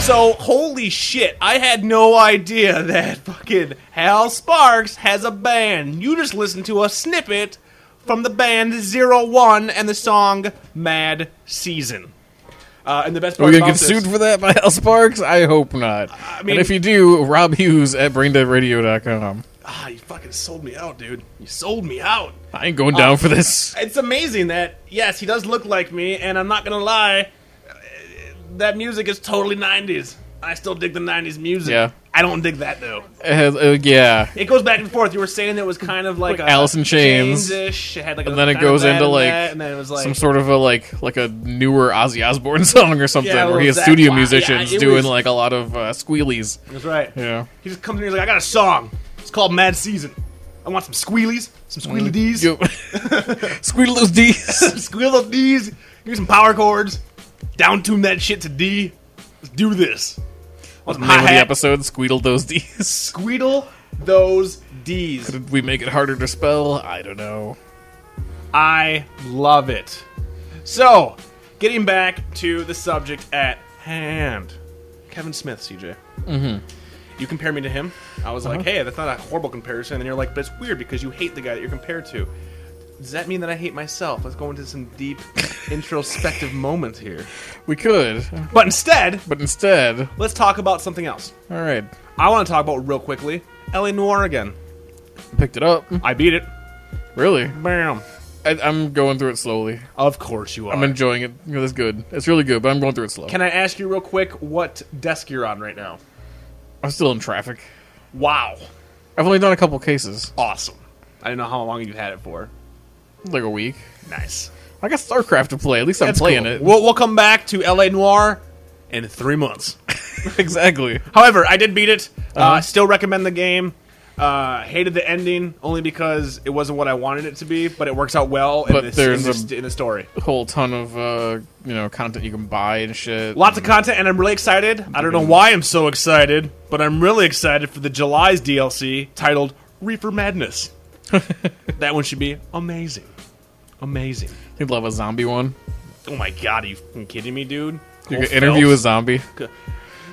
S6: So holy shit, I had no idea that fucking Hal Sparks has a band. You just listened to a snippet from the band Zero One and the song Mad Season. Uh, and the best
S5: Are
S6: part
S5: we gonna
S6: about
S5: get
S6: this-
S5: sued for that by Al Sparks? I hope not. I
S6: mean-
S5: and if you do, Rob Hughes at braindeadradio.com.
S6: Ah, you fucking sold me out, dude. You sold me out.
S5: I ain't going
S6: Uh,
S5: down for this.
S6: It's amazing that yes, he does look like me, and I'm not gonna lie, uh, that music is totally '90s. I still dig the '90s music.
S5: Yeah.
S6: I don't dig that though.
S5: Uh, uh, yeah,
S6: It goes back and forth. You were saying it was kind of like,
S5: Like
S6: a
S5: Alice in Chains.
S6: Chains-ish. It had like a
S5: And then it
S6: kind of
S5: goes
S6: that
S5: into,
S6: and
S5: like,
S6: that, and then it was like
S5: some sort of a like like a newer Ozzy Osbourne song or something,
S6: Yeah,
S5: where he
S6: well,
S5: has
S6: that-
S5: studio
S6: wow, yeah,
S5: musicians
S6: it
S5: doing
S6: was-
S5: like a lot of uh, squealies.
S6: That's right.
S5: Yeah.
S6: He just comes in here he's like, I got a song. It's called Mad Season. I want some squealies, some squealy D's,
S5: Mm. Yo- Squeal those D's.
S6: some squeal of D's. Give me some power chords. Down tune that shit to D. Let's do this. I want some
S5: Name of the
S6: hi-hat.
S5: episode: Squeal those D's.
S6: Squeedle those D's.
S5: Did we make it harder to spell? I don't know.
S6: I love it. So, getting back to the subject at hand. Kevin Smith, CJ. Mm-hmm. You compare me to him. I was like, hey, that's not a horrible comparison. And you're like, but it's weird because you hate the guy that you're compared to. Does that mean that I hate myself? Let's go into some deep introspective moments here.
S5: We could,
S6: But instead,
S5: but instead,
S6: let's talk about something else.
S5: all right,
S6: I want to talk about real quickly LA Noir again.
S5: picked it up.
S6: I beat it.
S5: Really,
S6: Bam.
S5: I, I'm going through it slowly.
S6: Of course you are.
S5: I'm enjoying it. You know, It's good. It's really good, but I'm going through it slow.
S6: Can I ask you real quick what desk you're on right now?
S5: I'm still in traffic.
S6: Wow.
S5: I've only done a couple cases,
S6: Awesome. I didn't know how long you had it for.
S5: like a week.
S6: Nice.
S5: I got StarCraft to play. At least I'm playing it.
S6: We'll, we'll come back to LA Noir in three months.
S5: exactly.
S6: However, I did beat it. uh still recommend the game. Uh, hated the ending only because it wasn't what I wanted it to be, but it works out well in,
S5: But
S6: this,
S5: there's
S6: in, this-
S5: a-
S6: in the story.
S5: Whole ton of uh, you know content you can buy and shit.
S6: Lots of content, and I'm really excited. I don't know why I'm so excited, but I'm really excited for the July's DLC titled Reefer Madness. that one should be amazing. Amazing.
S5: You'd love a zombie one.
S6: Oh my god, are you fucking kidding me, dude?
S5: You
S6: Cole
S5: could interview a
S6: Phelps?
S5: zombie.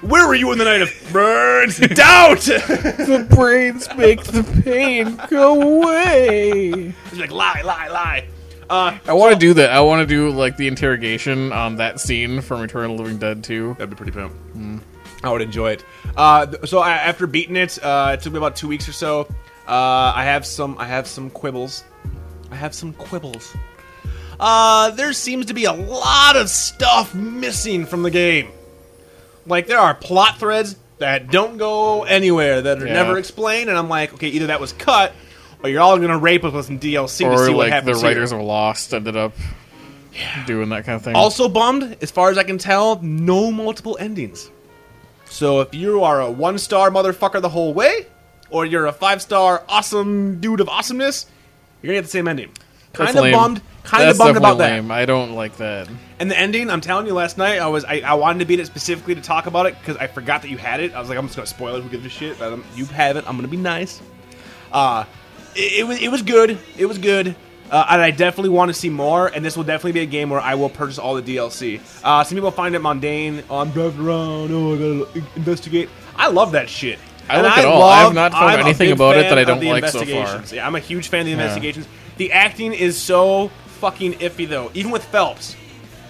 S6: Where were you in the night of burns? Doubt! He's
S5: The brains make the pain go away.
S6: like, lie, lie, lie. Uh,
S5: I want to do that. I want to do like the interrogation on that scene from Return of the Living Dead 2.
S6: That'd be pretty pimp. Mm-hmm. Mm. I would enjoy it. Uh, th- so I, after beating it, uh, it took me about two weeks or so. Uh, I have some. I have some quibbles. I have some quibbles. Uh, there seems to be a lot of stuff missing from the game. Like there are plot threads that don't go anywhere that are
S5: Yeah.
S6: never explained, and I'm like, okay, either that was cut, or you're all gonna rape us with some DLC to
S5: Or
S6: see what
S5: like the
S6: happens. here.
S5: writers of Lost ended up doing that kind of thing.
S6: Also bummed, as far as I can tell, no multiple endings. So if you are a one star motherfucker the whole way, or you're a five star awesome dude of awesomeness, you're gonna get the same ending.
S5: That's
S6: Kind of
S5: lame.
S6: bummed, kind of
S5: That's
S6: bummed about
S5: definitely
S6: that.
S5: lame. I don't like that.
S6: And the ending, I'm telling you, last night I was I, I wanted to beat it specifically to talk about it because I forgot that you had it. I was like, I'm just gonna spoil it. Who gives a shit? But, um, you have it. I'm gonna be nice. Uh, it, it was it was good. It was good. Uh, and I definitely want to see more. And this will definitely be a game where I will purchase all the DLC. Uh, some people find it mundane. Oh, I'm driving around. Oh, I gotta investigate. I love that shit.
S5: I
S6: And
S5: like it all. I have not found
S6: a
S5: anything
S6: big
S5: about it
S6: fan
S5: that I
S6: of
S5: don't
S6: the
S5: like so far.
S6: investigations. Yeah, I'm a huge fan of the investigations. The acting is so fucking iffy though, even with Phelps,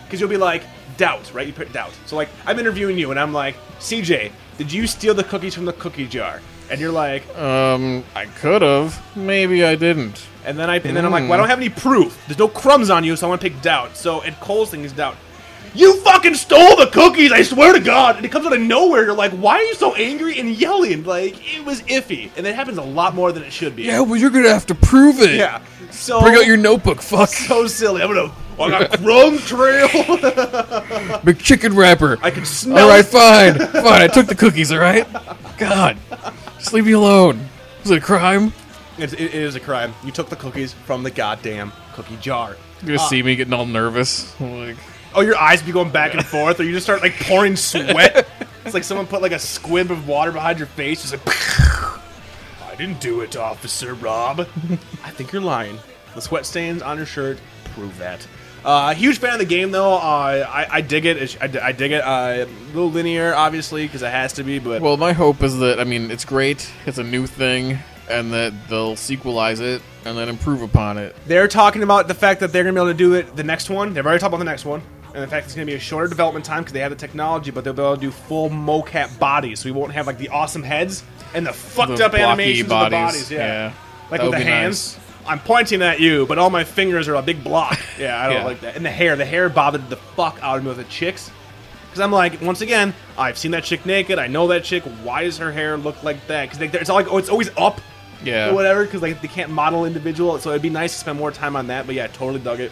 S6: because you'll be like doubt, right? You put doubt. So like, I'm interviewing you, and I'm like, CJ, did you steal the cookies from the cookie jar? And you're like,
S5: Um, I could have. Maybe I didn't.
S6: and then I and then I'm like, well, I don't have any proof. There's no crumbs on you, so I want to pick doubt. So and Cole's thing is doubt. You fucking stole the cookies! I swear to God! And it comes out of nowhere. You're like, why are you so angry and yelling? Like it was iffy, and it happens a lot more than it should be.
S5: Yeah, well, you're gonna have to prove it.
S6: Yeah. So
S5: Bring out your notebook, fuck.
S6: so silly. I'm gonna. I got crumb trail.
S5: McChicken wrapper.
S6: uh, I can smell.
S5: all right,
S6: it.
S5: fine, fine. I took the cookies. All right. God, just leave me alone. Is it a crime?
S6: It's, it is a crime. You took the cookies from the goddamn cookie jar.
S5: You're gonna see me getting all nervous. I'm like,
S6: Oh, your eyes be going back and forth, or you just start like pouring sweat. it's like someone put like a squib of water behind your face, just like. I didn't do it, Officer Rob. I think you're lying. The sweat stains on your shirt prove that. Uh, huge fan of the game though. Uh, I, I dig it. It's- I, I dig it. Uh, a little linear, obviously, because it has to be. But
S5: Well, my hope is that I mean it's great. It's a new thing, and that they'll sequelize it and then improve upon it.
S6: They're talking about the fact that they're going to be able to do it the next one. They've already talked about the next one. And the fact it's going to be a shorter development time because they have the technology, but they'll be able to do full mocap bodies. So we won't have like the awesome heads and the fucked
S5: The
S6: up
S5: blocky
S6: animations of the
S5: bodies,
S6: bodies. Yeah.
S5: yeah. That
S6: Like with
S5: would
S6: the
S5: be
S6: hands. I'm pointing at you, but all my fingers are a big block. Yeah, I don't
S5: Yeah.
S6: like that. And the hair. The hair bothered the fuck out of me with the chicks. Because I'm like, once again, I've seen that chick naked. I know that chick. Why does her hair look like that? Because it's all like, oh, it's always up
S5: Yeah.
S6: or whatever because like they can't model individual so it'd be nice to spend more time on that but yeah totally dug it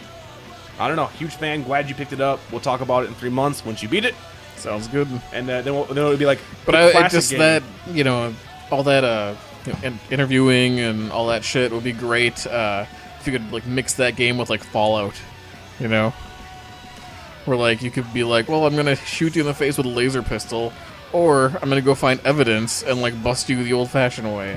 S6: i don't know huge fan glad you picked it up we'll talk about it in three months once you beat it
S5: Sounds good.
S6: and uh, then, we'll, then it'll be like
S5: But
S6: the
S5: I, it
S6: classic
S5: just
S6: game.
S5: that you know all that uh you know, in- interviewing and all that shit would be great uh, if you could like mix that game with like Fallout, you know, where like you could be like, well, I'm gonna shoot you in the face with a laser pistol, or I'm gonna go find evidence and like bust you the old-fashioned way,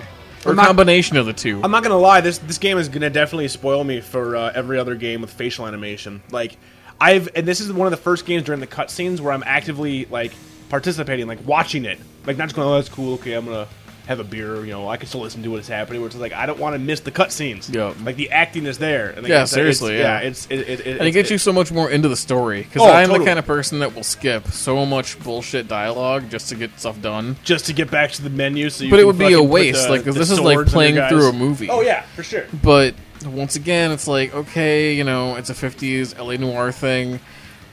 S5: or
S6: I'm
S5: a
S6: not-
S5: combination of the two.
S6: i'm not gonna lie this this game is gonna definitely spoil me for uh, every other game with facial animation like i've and this is one of the first games during the cutscenes where i'm actively like participating like watching it like not just going oh that's cool okay i'm gonna have a beer, you know. I can still listen to what is happening. Where it's just like I don't want to miss the cutscenes.
S5: Yeah.
S6: like the acting is there. And they
S5: Yeah,
S6: get that- it's-
S5: seriously, yeah.
S6: it's it, it, it,
S5: and it
S6: it's-
S5: gets you so much more into the story because
S6: Oh,
S5: I'm
S6: totally.
S5: the kind of person that will skip so much bullshit dialogue just to get stuff done.
S6: just to get back to the menu. So, you
S5: But it
S6: can
S5: would be a
S6: fucking put
S5: waste,
S6: the-
S5: like, 'cause
S6: the
S5: this is like
S6: swords on your
S5: playing
S6: guys.
S5: through a movie.
S6: Oh yeah, for sure.
S5: But once again, it's like, okay, you know, it's a 50s LA noir thing.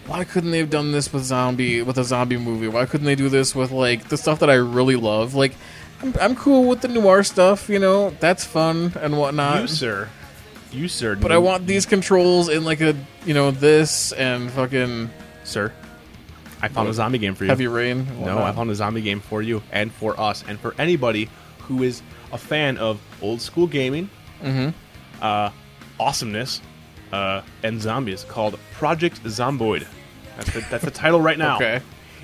S5: Why couldn't they have done this with zombie with a zombie movie? Why couldn't they do this with like the stuff that I really love? Like, I'm, I'm cool with the noir stuff, you know, that's fun and whatnot.
S6: you sir, you sir.
S5: but I want these controls in like a you know this and fucking
S6: sir. I found a zombie game for you.
S5: heavy rain. and
S6: No, I
S5: whatnot.
S6: found a zombie game for you and for us and for anybody who is a fan of old school gaming, mm-hmm. uh, awesomeness, uh, and zombies called Project Zomboid. That's the, that's the title right now.
S5: Okay.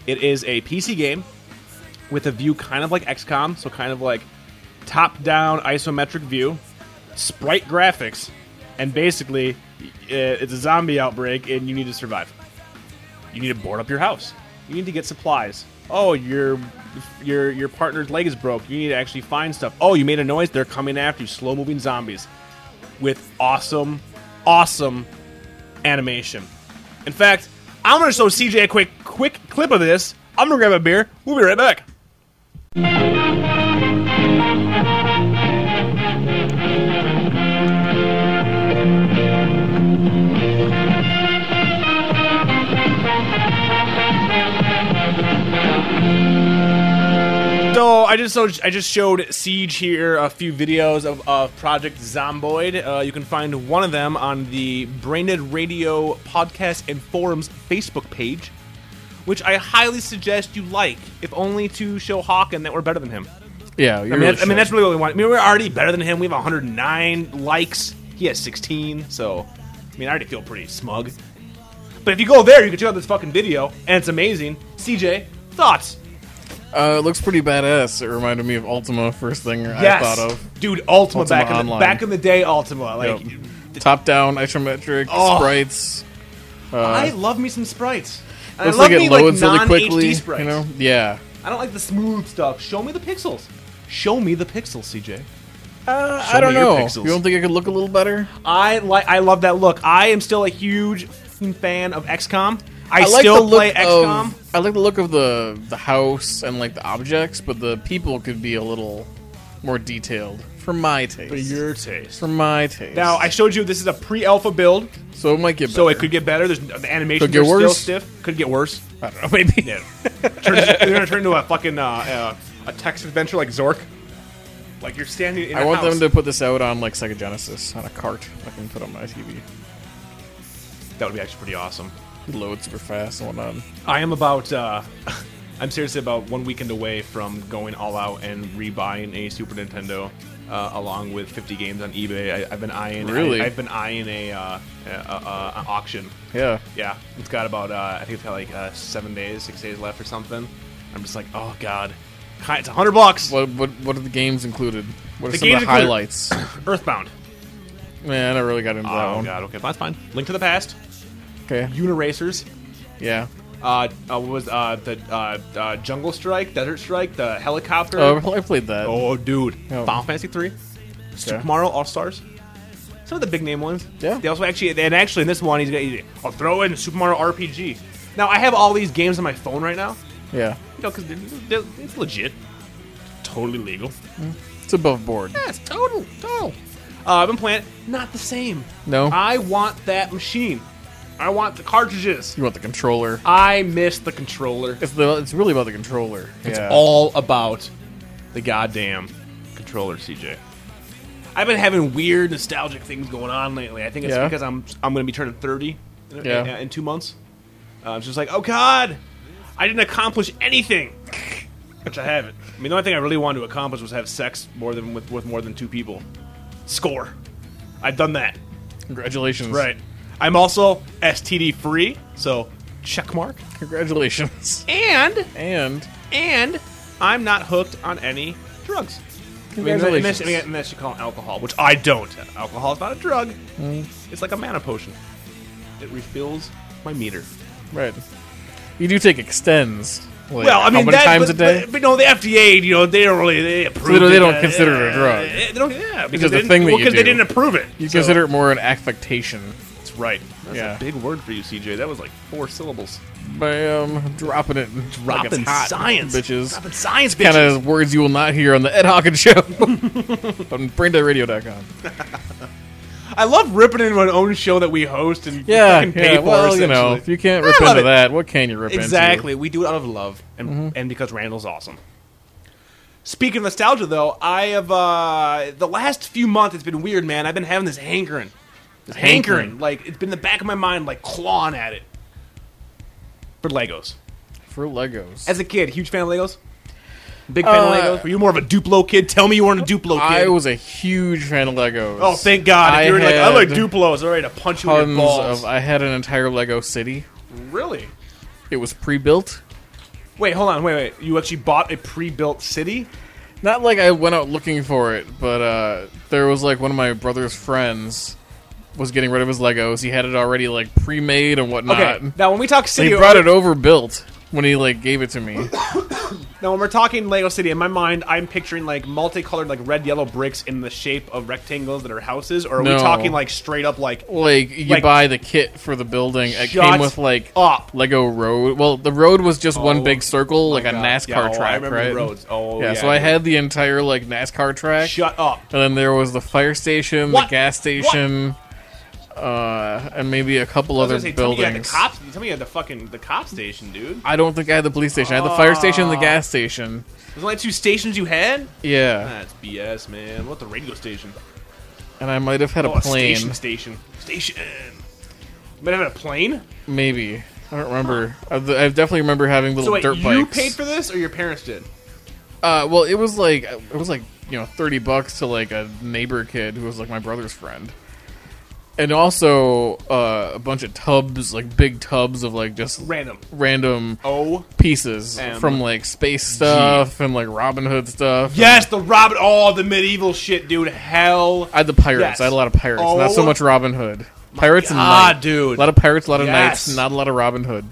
S6: It is a PC game with a view kind of like XCOM, so kind of like top down isometric view, sprite graphics, and basically uh, it's a zombie outbreak and you need to survive. You need to board up your house. You need to get supplies. Oh, your your your partner's leg is broke. You need to actually find stuff. Oh, you made a noise. They're coming after you. Slow moving zombies with awesome, awesome animation. In fact, I'm gonna show CJ a quick quick clip of this. I'm gonna grab a beer. We'll be right back. So I just showed, I just showed Siege here a few videos of, of Project Zomboid. Uh, you can find one of them on the Brained Radio podcast and forums Facebook page, which I highly suggest you like, if only to show Hawken that we're better than him.
S5: yeah. You
S6: I mean,
S5: really
S6: that's, I mean
S5: should.
S6: that's really what we want. I mean, we're already better than him. We have 109 likes. He has 16. So, I mean, I already feel pretty smug. But if you go there, you can check out this fucking video, and it's amazing. CJ, thoughts?
S5: uh, it looks pretty badass. It reminded me of Ultima, first thing I
S6: yes,
S5: thought of.
S6: dude, Ultima,
S5: Ultima
S6: back in the,
S5: Online.
S6: back in the day, Ultima. Like,
S5: Yep. Top down isometric
S6: Oh.
S5: sprites.
S6: I
S5: Uh,
S6: love me some sprites. And I
S5: Looks
S6: love
S5: like it
S6: me
S5: loads
S6: like
S5: really
S6: non
S5: quickly.
S6: HD sprites.
S5: You know, yeah.
S6: I don't like the smooth stuff. Show me the pixels. Show me the pixels, CJ.
S5: Uh,
S6: Show
S5: I don't
S6: me your
S5: know.
S6: pixels.
S5: You don't think it could look a little better?
S6: I like. I love that look. I am still a huge fucking fan of XCOM. I,
S5: like
S6: still
S5: the look
S6: play XCOM.
S5: Of, I like the look of the the house and like the objects, but the people could be a little more detailed for my taste.
S6: For your taste.
S5: for my taste.
S6: Now I showed you this is a pre-alpha build,
S5: so it might get better.
S6: so it could get better. There's the animation
S5: Could get
S6: still
S5: worse?
S6: stiff. Could get worse.
S5: I don't know, maybe.
S6: Yeah. Turns- they're gonna turn into a fucking uh, uh, a text adventure like Zork. Like you're standing. in
S5: I
S6: a
S5: want
S6: house.
S5: them to put this out on like Sega Genesis on a cart. I can put on my TV.
S6: That would be actually pretty awesome.
S5: Load super fast and whatnot.
S6: I am about. Uh, I'm seriously about one weekend away from going all out and rebuying a Super Nintendo, uh, along with 50 games on eBay. I, I've been eyeing.
S5: Really?
S6: I, have been eyeing a, uh, a, a, a an auction.
S5: Yeah.
S6: Yeah, it's got about. Uh, I think it's got like uh, seven days, six days left or something. I'm just like, oh god, Hi, it's a hundred bucks.
S5: What what what are the games included? What are
S6: The
S5: some of
S6: games
S5: the
S6: included-
S5: highlights?
S6: Earthbound.
S5: Man, I never got into that
S6: Oh
S5: one.
S6: god, okay, that's fine. Link to the Past,
S5: Okay.
S6: Uniracers.
S5: Yeah.
S6: Uh, uh, what was uh, the uh, uh, Jungle Strike, Desert Strike, the helicopter?
S5: Oh, I played that.
S6: Oh, dude.
S5: Oh.
S6: Final Fantasy 3, Super Mario All Stars. Some of the big name ones.
S5: Yeah.
S6: They also actually, and actually in this one, he's got, I'll throw in Super Mario RPG. Now, I have all these games on my phone right now,
S5: Yeah.
S6: you know, because it's legit. Totally legal.
S5: It's above board.
S6: That's total, total. Uh, I've been playing it. Not the same.
S5: No.
S6: I want that machine. I want the cartridges.
S5: You want the controller.
S6: I miss the controller.
S5: It's the, it's really about the controller.
S6: It's
S5: yeah.
S6: all about the goddamn controller, CJ. I've been having weird nostalgic things going on lately. I think it's
S5: Yeah.
S6: because I'm I'm going to be turning 30 in, in-
S5: Yeah.
S6: in two months. Uh, I'm just like, oh god, I didn't accomplish anything, which I haven't. I mean, the only thing I really wanted to accomplish was have sex more than with, with more than two people. Score, I've done that.
S5: congratulations.
S6: Right. I'm also STD free, so check mark.
S5: Congratulations.
S6: And
S5: And
S6: and I'm not hooked on any drugs. I mean,
S5: congratulations.
S6: Unless, unless- unless you call it alcohol, which I don't. Alcohol is not a drug. It's like a mana potion. It refills my meter.
S5: Right. You do take extends. Like,
S6: Well, I mean,
S5: how many
S6: that,
S5: times
S6: but,
S5: a day?
S6: But, but no, the FDA, you know, they don't really they approve.
S5: They don't- they
S6: it,
S5: don't
S6: uh,
S5: consider it a
S6: uh,
S5: drug.
S6: uh, They don't, yeah,
S5: Because
S6: because
S5: the
S6: they didn't-
S5: thing that
S6: well,
S5: you
S6: 'cause they
S5: do-
S6: didn't approve it.
S5: you
S6: so-
S5: consider it more an affectation.
S6: That's right. That's
S5: Yeah.
S6: a big word for you, CJ. That was like four syllables.
S5: Bam, um, dropping it. Dropping
S6: Dropping science,
S5: bitches.
S6: Dropping science, bitches.
S5: Kind of words you will not hear on the Ed Hawkins Show on BrainDeadRadio.com.
S6: I love ripping into an own show that we host and
S5: Yeah,
S6: fucking pay
S5: yeah.
S6: for.
S5: Well, you know,
S6: essentially.
S5: if you can't
S6: I
S5: rip
S6: love
S5: into
S6: it.
S5: that, what can you rip into?
S6: Exactly. We do it out of love and,
S5: Mm-hmm.
S6: and because Randall's awesome. Speaking of nostalgia, though, I have uh, the last few months. It's been weird, man. I've been having this hankering, this hankering.
S5: Hankering.
S6: Like it's been in the back of my mind, like clawing at it for Legos.
S5: For Legos.
S6: As a kid, huge fan of Legos. Big fan
S5: Uh,
S6: of Legos. Were you more of a Duplo kid? Tell me you weren't a Duplo
S5: I
S6: kid.
S5: was a huge fan of Legos.
S6: Oh, thank God!
S5: I
S6: If you were like, I
S5: had
S6: like Duplos. I'm ready to punch you in
S5: Tons
S6: your balls.
S5: of. I had an entire Lego city.
S6: really?
S5: It was pre-built.
S6: Wait, hold on. Wait, wait. You actually bought a pre-built city?
S5: Not like I went out looking for it, but uh, there was like one of my brother's friends was getting rid of his Legos. He had it already like pre-made and whatnot.
S6: Okay. Now, when we talk
S5: He
S6: city,
S5: Uh, brought it over built when he like gave it to me.
S6: Now, when we're talking Lego City, in my mind, I'm picturing like multicolored, like red, yellow bricks in the shape of rectangles that are houses. Or are
S5: No.
S6: we talking like straight up, like
S5: Like you
S6: Like-
S5: buy the kit for the building, it
S6: Shut
S5: came with like
S6: up.
S5: Lego road. Well, the road was just one
S6: Oh,
S5: big circle, like a
S6: God.
S5: NASCAR
S6: Yeah, oh, I
S5: track,
S6: remember the
S5: right?
S6: roads. Oh,
S5: yeah.
S6: yeah,
S5: so I
S6: yeah.
S5: had the entire like NASCAR track.
S6: shut up?
S5: And then there was the fire station, the
S6: What?
S5: gas station, uh, and maybe a couple
S6: I was
S5: other
S6: gonna say, tell me you had the
S5: buildings.
S6: cops. Tell me you had the fucking the cop station, dude.
S5: I don't think I had the police station. I had the fire station and the
S6: Ah.
S5: gas station.
S6: There's only two stations you had.
S5: Yeah.
S6: That's BS, man. What the radio station?
S5: And I might have had
S6: Oh,
S5: a
S6: a
S5: plane.
S6: station, station, station. Might have had a plane.
S5: Maybe. I don't remember. I I definitely remember having little
S6: So wait,
S5: dirt
S6: you
S5: bikes.
S6: paid for this, or your parents did?
S5: Uh, well, it was like it was like you know thirty bucks to like a neighbor kid who was like my brother's friend, and also uh, a bunch of tubs, like big tubs of like just
S6: Random.
S5: random
S6: Oh.
S5: pieces
S6: M.
S5: from like space stuff and like Robin Hood stuff.
S6: Yes, the Robin. Oh, the medieval shit, dude. Hell.
S5: I had the pirates.
S6: Yes.
S5: I had a lot of pirates, not so
S6: Oh.
S5: much Robin Hood. Pirates and
S6: God,
S5: knight.
S6: dude.
S5: A lot of pirates, a lot of
S6: Yes.
S5: knights, not a lot of Robin Hood.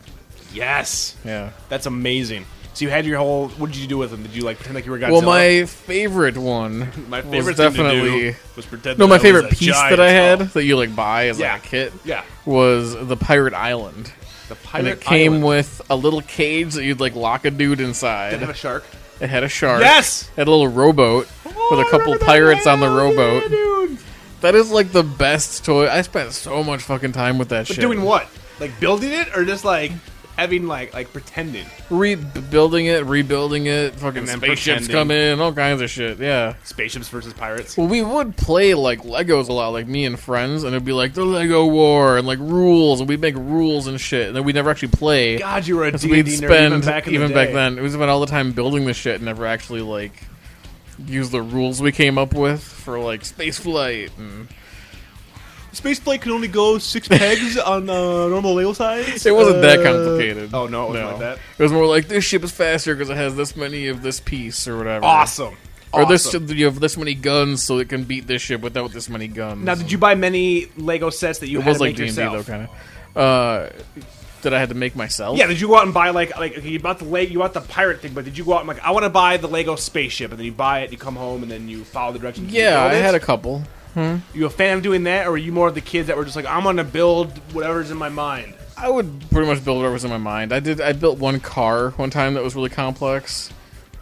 S6: Yes.
S5: Yeah.
S6: That's amazing. So you had your whole. What did you do with them? Did you like pretend like you were Godzilla?
S5: Well, my favorite one
S6: my
S5: was
S6: favorite thing
S5: definitely
S6: to do was pretend.
S5: No,
S6: that
S5: my
S6: I was
S5: favorite
S6: a
S5: piece
S6: giant
S5: that I had
S6: skull.
S5: that you like buy as
S6: Yeah.
S5: like a kit
S6: Yeah,
S5: was the Pirate Island,
S6: the
S5: and
S6: pirate
S5: it came
S6: island.
S5: with a little cage that you'd like lock a dude inside.
S6: Did it have a shark.
S5: It had a shark.
S6: Yes! Oh,
S5: it had a little rowboat with a couple pirates on the rowboat. That is like the best toy. I spent so much fucking time with that
S6: But
S5: shit.
S6: doing what? Like building it, or just like having like like pretending.
S5: Rebuilding it, rebuilding it. Fucking
S6: And then
S5: spaceships
S6: pretending.
S5: come in, all kinds of shit. Yeah.
S6: Spaceships versus pirates.
S5: Well, we would play like Legos a lot, like me and friends, and it'd be like the Lego War and like rules, and we'd make rules and shit, and then we'd never actually play.
S6: God, you were a
S5: Because
S6: D&D
S5: we'd
S6: nerd
S5: spend
S6: even back in the day.
S5: then, we spent all the time building the shit, and never actually like use the rules we came up with for like space flight. And
S6: Spaceflight can only go six pegs on uh, normal Lego size.
S5: it wasn't that
S6: Uh,
S5: complicated.
S6: Oh no, it wasn't like that.
S5: It was more like this ship is faster because it has this many of this piece or whatever.
S6: Awesome.
S5: Or this
S6: Awesome.
S5: ship, you have this many guns, so it can beat this ship without this many guns.
S6: Now, did you buy many Lego sets that you
S5: It
S6: had
S5: was
S6: to
S5: like
S6: make
S5: D and D
S6: yourself?
S5: though, kind of. uh, that I had to make myself.
S6: Yeah, did you go out and buy like like okay, you bought the leg you bought the pirate thing, but did you go out and like I want to buy the Lego spaceship, and then you buy it, you come home, and then you follow the directions. to
S5: Yeah,
S6: build
S5: I
S6: it?
S5: had a couple.
S6: You a fan of doing that, or are you more of the kids that were just like I'm gonna build whatever's in my mind?
S5: I would pretty much build whatever was in my mind. I did. I built one car one time that was really complex,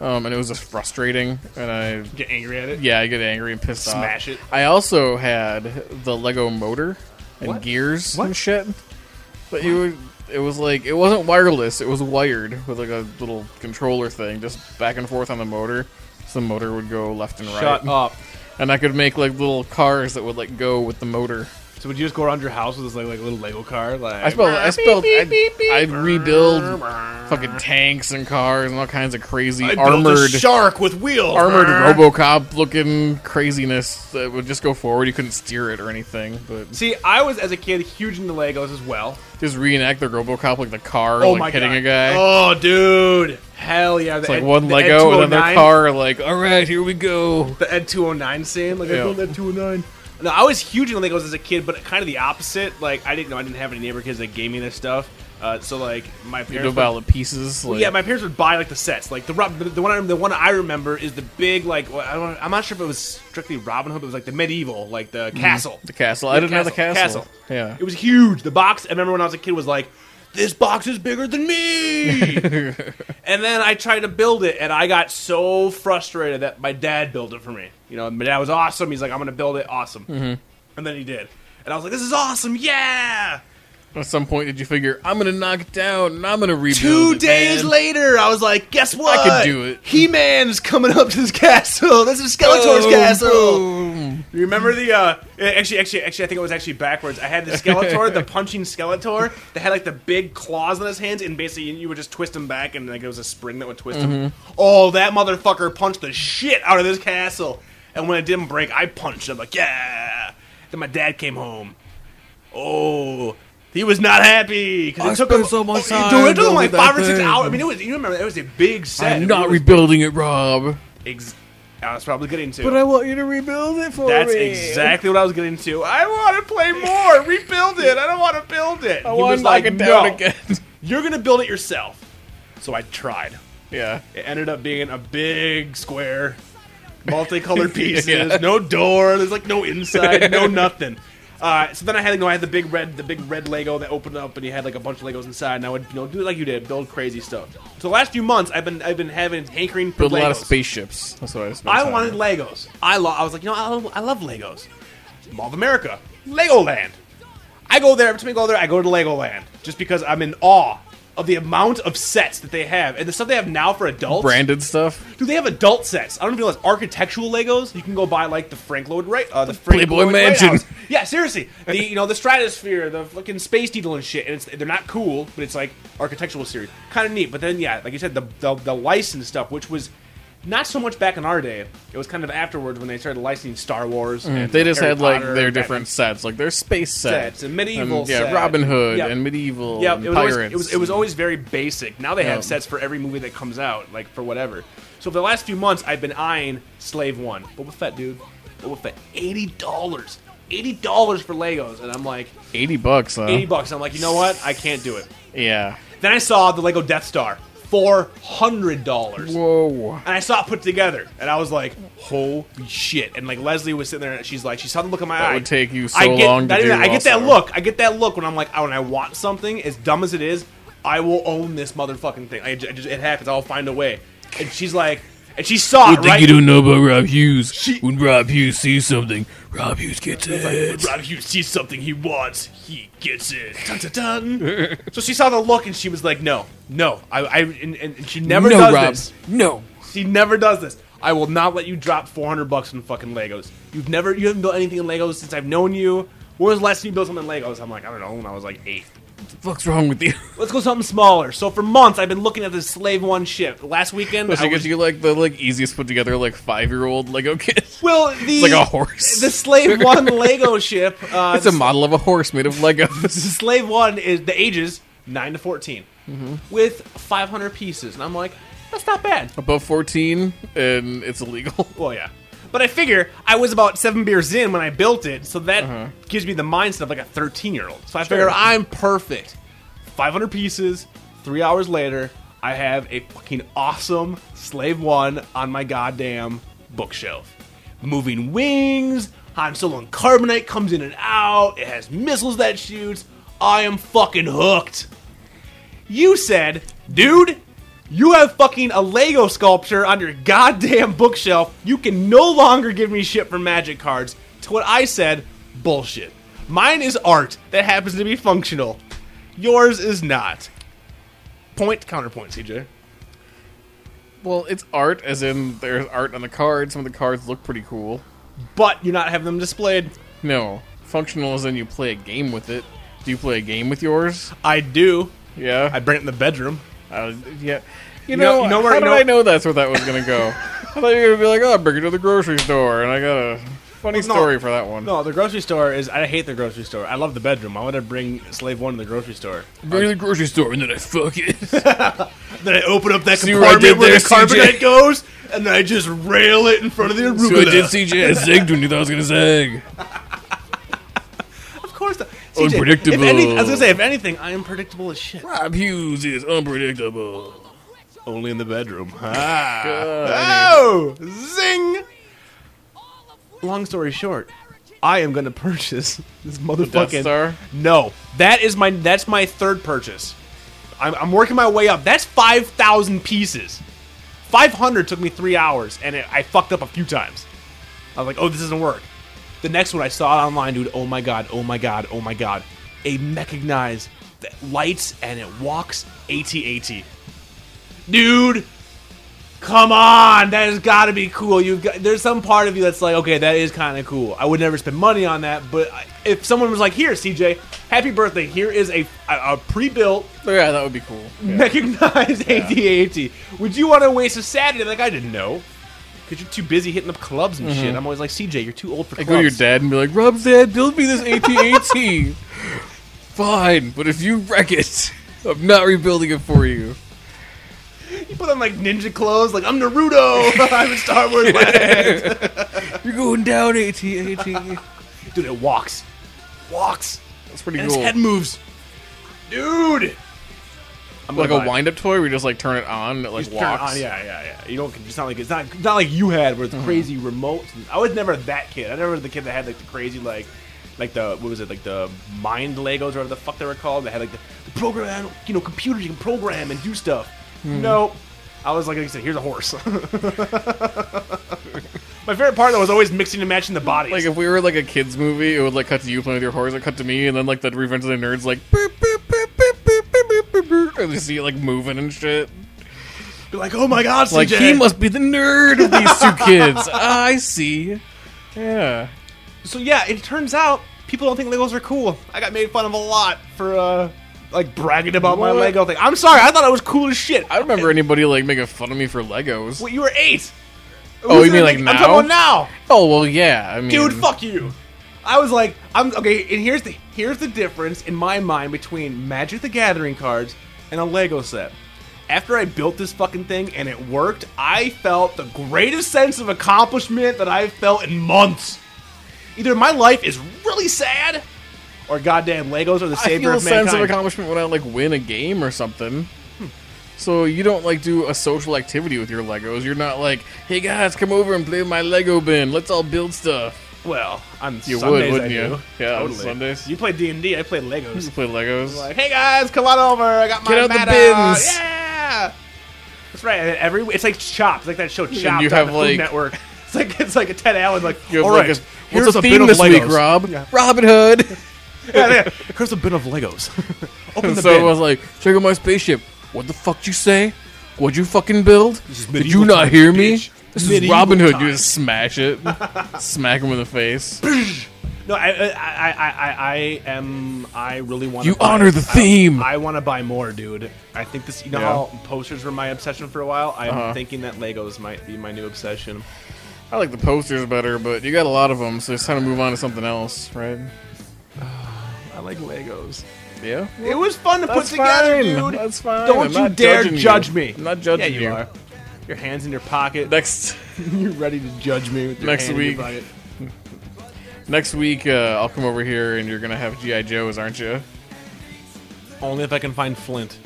S5: um, and it was just frustrating. And I,
S6: Get angry at it.
S5: yeah, I get angry and pissed off.
S6: Smash it.
S5: I also had the Lego motor and
S6: What?
S5: gears
S6: What?
S5: and shit. But you, would, it was like it wasn't wireless. It was wired with like a little controller thing, just back and forth on the motor. So the motor would go left and
S6: Shut
S5: right,
S6: up.
S5: and I could make like little cars that would like go with the motor.
S6: So would you just go around your house with this like, like little Lego car? Like
S5: I spelled. I spelled. I'd, I'd rebuild fucking tanks and cars and all kinds of crazy
S6: I built a
S5: armored,
S6: shark with wheels.
S5: armored RoboCop looking craziness that would just go forward. You couldn't steer it or anything, but
S6: See, I was as a kid huge into Legos as well.
S5: just reenact the RoboCop like the car
S6: Oh my
S5: like hitting
S6: god!
S5: a guy.
S6: Oh, dude! Hell yeah!
S5: it's like one Lego and then their car. Like all right, here we go.
S6: oh the Ed 209 scene. Like,
S5: Yeah.
S6: I built Ed 209. No, I was huge in Legos as a kid, but kind of the opposite. Like, I didn't know I didn't have any neighbor kids that gave me this stuff. Uh, so like my
S5: You know
S6: parents, would-
S5: about the pieces. Like,
S6: yeah, my parents would buy like the sets. Like the Rob- the the one I, the one I remember is the big like well, I don't, I'm not sure if it was strictly Robin Hood, but it was like the medieval, like the castle.
S5: Mm-hmm. the castle. I didn't have the castle. Yeah.
S6: It was huge. The box, I remember when I was a kid, was like, this box is bigger than me. and then I tried to build it, and I got so frustrated that my dad built it for me. You know, my dad was awesome. He's like, I'm going to build it. Awesome.
S5: Mm-hmm.
S6: And then he did. And I was like, this is awesome. Yeah.
S5: At some point, did you figure I'm gonna knock it down and I'm gonna rebuild?
S6: Two
S5: it,
S6: days
S5: man."
S6: later, I was like, guess what?
S5: could do it.
S6: He Man's coming up to this castle. This is Skeletor's
S5: Boom,
S6: castle.
S5: boom.
S6: You remember the uh actually actually actually I think it was actually backwards. I had the Skeletor, the punching Skeletor that had like the big claws on his hands and basically you would just twist him back and like it was a spring that would twist him.
S5: Mm-hmm.
S6: Oh, that motherfucker punched the shit out of this castle. And when it didn't break, I punched him like, yeah. Then my dad came home. Oh, he was not happy because it
S5: I
S6: took
S5: spent
S6: him
S5: so much
S6: oh, dude,
S5: time
S6: it took him like
S5: building that
S6: five or six
S5: thing.
S6: hours. I mean, it was you remember it was a big set.
S5: I'm not
S6: It was
S5: rebuilding it, Rob.
S6: ex- I was probably getting to.
S5: want you to rebuild it for
S6: That's exactly what I was getting to. I want to play more. Rebuild it. I don't want to build it.
S5: I want to knock it down again.
S6: You're gonna build it yourself. So I tried.
S5: yeah.
S6: It ended up being a big square, multicolored pieces.
S5: Yeah.
S6: No door. There's like no inside. no nothing. Uh, so then I had, you know, I had the big red, the big red Lego that opened up, and you had like a bunch of Legos inside. And I would, you know, do it like you did, build crazy stuff. So the last few months, I've been, I've been having hankering for
S5: Build a lot of
S6: Legos.
S5: spaceships. That's what I was.
S6: I wanted Legos. I, lo- I was like, you know, I love, I love Legos. Mall of America, Legoland. I go there every time I go there. I go to Legoland just because I'm in awe of the amount of sets that they have and the stuff they have now for adults.
S5: branded stuff.
S6: Do they have adult sets? I don't even realize architectural Legos. You can go buy like the Frank Lloyd Wright, uh, the Frank
S5: Playboy
S6: Lloyd
S5: Mansion.
S6: Wright house. Yeah, seriously. The you know the Stratosphere, the fucking Space Needle and shit. And it's, they're not cool, but it's like architectural series, kind of neat. But then yeah, like you said, the the, the license stuff, which was. Not so much back in our day. It was kind of afterwards when they started licensing Star Wars. And
S5: Hmm. Mm-hmm.
S6: uh,
S5: They just
S6: Harry
S5: had like
S6: Potter,
S5: their
S6: Batman.
S5: different sets, like their space set,
S6: Sets and medieval
S5: and, yeah,
S6: set.
S5: Robin Hood
S6: Yep.
S5: and medieval,
S6: Yeah,
S5: and
S6: it was, always,
S5: pirates.
S6: it was it was always very basic. Now they
S5: Yeah.
S6: have sets for every movie that comes out, like for whatever. So for the last few months, I've been eyeing Slave One. Boba Fett, dude. Boba Fett, eighty dollars, eighty dollars for Legos, and I'm like
S5: eighty bucks. Huh?
S6: eighty bucks. I'm like, you know what? I can't do it.
S5: Yeah.
S6: Then I saw the Lego Death Star, four hundred dollars.
S5: Whoa.
S6: And I saw it put together, and I was like, "Holy shit!" And like Leslie was sitting there, and she's like, she saw the look in my
S5: That
S6: eye.
S5: would take you so
S6: I get,
S5: long to
S6: I didn't-
S5: do
S6: I get that
S5: also.
S6: look. I get that look when I'm like, oh, when I want something, as dumb as it is, I will own this motherfucking thing. I, ju- I just, it happens. I'll find a way. And she's like, and she saw it, right?
S5: know about Rob Hughes?
S6: She-
S5: when Rob Hughes sees something, Rob Hughes gets it.
S6: Rob Hughes sees something he wants, he gets it. Dun, dun, dun. so she saw the look, and she was like, no, no, I, I and, and she never does this.
S5: No.
S6: She never does this. I will not let you drop 400 bucks in fucking Legos. You've never, you haven't built anything in Legos since I've known you. When was the last time you built something in Legos? I'm like, I don't know, when I was like eight.
S5: What the fuck's wrong with you?
S6: Let's go something smaller. So for months, I've been looking at this Slave One ship. Last weekend,
S5: Especially
S6: I was-
S5: because you like the like easiest put together like five year old Lego kit.
S6: well, the
S5: like a horse.
S6: The Slave One Lego ship. Uh,
S5: It's a model of a horse made of Legos.
S6: Slave One is the ages nine to 14
S5: Mm-hmm.
S6: with 500 pieces, and I'm like, that's not bad.
S5: Above fourteen, and it's illegal.
S6: Well, yeah. But I figure I was about seven beers in when I built it, so that gives me the mindset of like a 13 year old. So I figure I'm perfect. 500 pieces, three hours later, I have a fucking awesome Slave One on my goddamn bookshelf. Moving wings, Han Solo and Carbonite comes in and out, it has missiles that shoots. I am fucking hooked. You said, dude, you have fucking a Lego sculpture on your goddamn bookshelf. You can no longer give me shit for magic cards. To what I said, bullshit. Mine is art that happens to be functional. Yours is not. Point counterpoint, CJ.
S5: Well, it's art, as in there's art on the cards. Some of the cards look pretty cool.
S6: But you're not having them displayed.
S5: No, functional as in you play a game with it. Do you play a game with yours?
S6: I do.
S5: Yeah.
S6: I bring it in the bedroom.
S5: Uh, yeah. You
S6: You know-
S5: know,
S6: you know where-
S5: how
S6: you
S5: did
S6: know-
S5: I know that's where that was gonna go? I thought you were gonna be like, "Oh, I bring it to the grocery store," and I got a funny
S6: no.
S5: story for that one.
S6: No, the grocery store is. I hate the grocery store. I love the bedroom. I want to bring Slave One to the grocery store.
S5: Bring it to the grocery store, and then I fuck it.
S6: Then I open up that
S5: See what I
S6: compartment
S5: did
S6: where
S5: there,
S6: the
S5: CJ?
S6: carbonate goes, and then I just rail it in front of the
S5: so I did
S6: arugula.
S5: CJ. I zigged when you thought I was gonna zag.
S6: of course, the, CJ,
S5: Unpredictable.
S6: If any, I was gonna say, if anything, I am predictable as shit.
S5: Rob Hughes is unpredictable.
S6: Only in the bedroom. Ah. Oh, zing! Long story short, I am gonna purchase this motherfucking
S5: Death Star?
S6: No, that is my that's my third purchase. I'm, I'm working my way up. That's five thousand pieces. Five hundred took me three hours, and it, I fucked up a few times. I was like, oh, this doesn't work. The next one I saw it online, dude. Oh my god. Oh my god. Oh my god. A mechanized that lights and it walks AT-AT. Dude, come on. That has got to be cool. You got there's some part of you that's like, okay, that is kind of cool. I would never spend money on that, but I- if someone was like, here, CJ, happy birthday. Here is a a, a pre-built
S5: Yeah, that would be cool.
S6: mechanized AT-AT. Would you want to waste a Saturday? Like I didn't know. Cause you're too busy hitting up clubs and shit. I'm always like, CJ, you're too old for
S5: Mm-hmm. I
S6: clubs.
S5: go to your dad and be like, Rob's dad, build me this AT-AT. Fine, but if you wreck it, I'm not rebuilding it for you.
S6: You put on like ninja clothes, like I'm Naruto. I'm in Star Wars. land."
S5: You're going down, AT-AT.
S6: Dude, it walks, walks,
S5: That's pretty
S6: and
S5: cool.
S6: its head moves. Dude, I'm
S5: like
S6: gonna
S5: a
S6: buy it.
S5: wind-up toy where you just like turn it on and it like
S6: Just turn it
S5: walks. Uh-huh.
S6: on. Yeah, yeah, yeah. You don't. It's not like it's not it's not like you had where it's crazy remotes. I was never that kid. I never was the kid that had like the crazy like. Like the what was it? Like the mind Legos or whatever the fuck they were called. They had like the, the program, you know, computers you can program and do stuff.
S5: Hmm.
S6: Nope. I was like, like I said, here's a horse. My favorite part though was always mixing and matching the bodies.
S5: Like if we were like a kids movie, it would like cut to you playing with your horse, it cut to me, and then like the Revenge of the Nerds like boop, boop, boop, boop, boop, boop, boop, boop, and you see it like moving and shit.
S6: Be like, oh my god,
S5: Like
S6: CJ.
S5: he must be the nerd of these two kids. I see. Yeah.
S6: So yeah, it turns out people don't think Legos are cool. I got made fun of a lot for uh like bragging about my
S5: What?
S6: Lego thing. I'm sorry, I thought I was cool as shit.
S5: I don't remember anybody like making fun of me for Legos.
S6: Wait, you were eight.
S5: Oh,
S6: Who's
S5: you mean
S6: gonna
S5: like
S6: make-
S5: now?
S6: I'm talking about now,
S5: Oh well, yeah. I mean,
S6: dude. Fuck you. I was like, I'm okay. And here's the here's the difference in my mind between Magic the Gathering cards and a Lego set. After I built this fucking thing and it worked, I felt the greatest sense of accomplishment that I've felt in months. Either my life is really sad, or goddamn Legos are the
S5: I
S6: savior
S5: feel a
S6: of
S5: sense of
S6: mankind.
S5: accomplishment when I like win a game or something. So you don't like do a social activity with your Legos. You're not like, hey guys, come over and play with my Lego bin. Let's all build stuff.
S6: well, on
S5: You
S6: Sundays
S5: would, wouldn't
S6: I
S5: you?
S6: do.
S5: Yeah, on
S6: totally.
S5: Sundays.
S6: You play D and D. I play Legos.
S5: Just play Legos.
S6: Like, hey guys, come on over. I got my
S5: Get out the
S6: mat
S5: bins."
S6: out. Yeah, that's right. and Every it's like Chopped. It's like that show Chopped
S5: you
S6: on
S5: have,
S6: the Food
S5: like-
S6: Network. It's like it's like a Ted Allen like.
S5: You have
S6: All
S5: like
S6: right,
S5: a-
S6: here's
S5: what's the
S6: a bin
S5: theme
S6: of
S5: this week,
S6: Legos."
S5: Rob?
S6: Yeah.
S5: Robin Hood.
S6: Yeah, yeah. Here's a bin of Legos. Open
S5: And
S6: the
S5: so
S6: bin.
S5: I was like, check out my spaceship. What the fuck you say? What'd you fucking build? Did
S6: medieval
S5: you not
S6: times,
S5: hear me?
S6: bitch.
S5: This is
S6: Medieval
S5: Robin Hood. You
S6: times.
S5: just smash it, smack him in the face.
S6: no, I, I, I, I, I am. I really want.
S5: You honor the theme.
S6: I, want to buy more, dude. I think this. You know
S5: Yeah. Uh-huh.
S6: how posters were my obsession for a while. I'm thinking that Legos might be my new obsession.
S5: I like the posters better, but you got a lot of them, so it's time to move on to something else, right?
S6: I like Legos.
S5: Yeah.
S6: It was fun to
S5: That's
S6: put together,
S5: fine.
S6: dude.
S5: That's fine.
S6: Don't
S5: I'm
S6: you
S5: not
S6: dare
S5: judging
S6: judge
S5: you.
S6: me.
S5: I'm not judging
S6: yeah, you.
S5: you.
S6: Are. your hands in your pocket.
S5: Next
S6: You're ready to judge me with your
S5: Next
S6: hand in your
S5: week.
S6: pocket.
S5: next week, uh, I'll come over here and you're gonna have GI Joes, aren't you?
S6: Only if I can find Flint.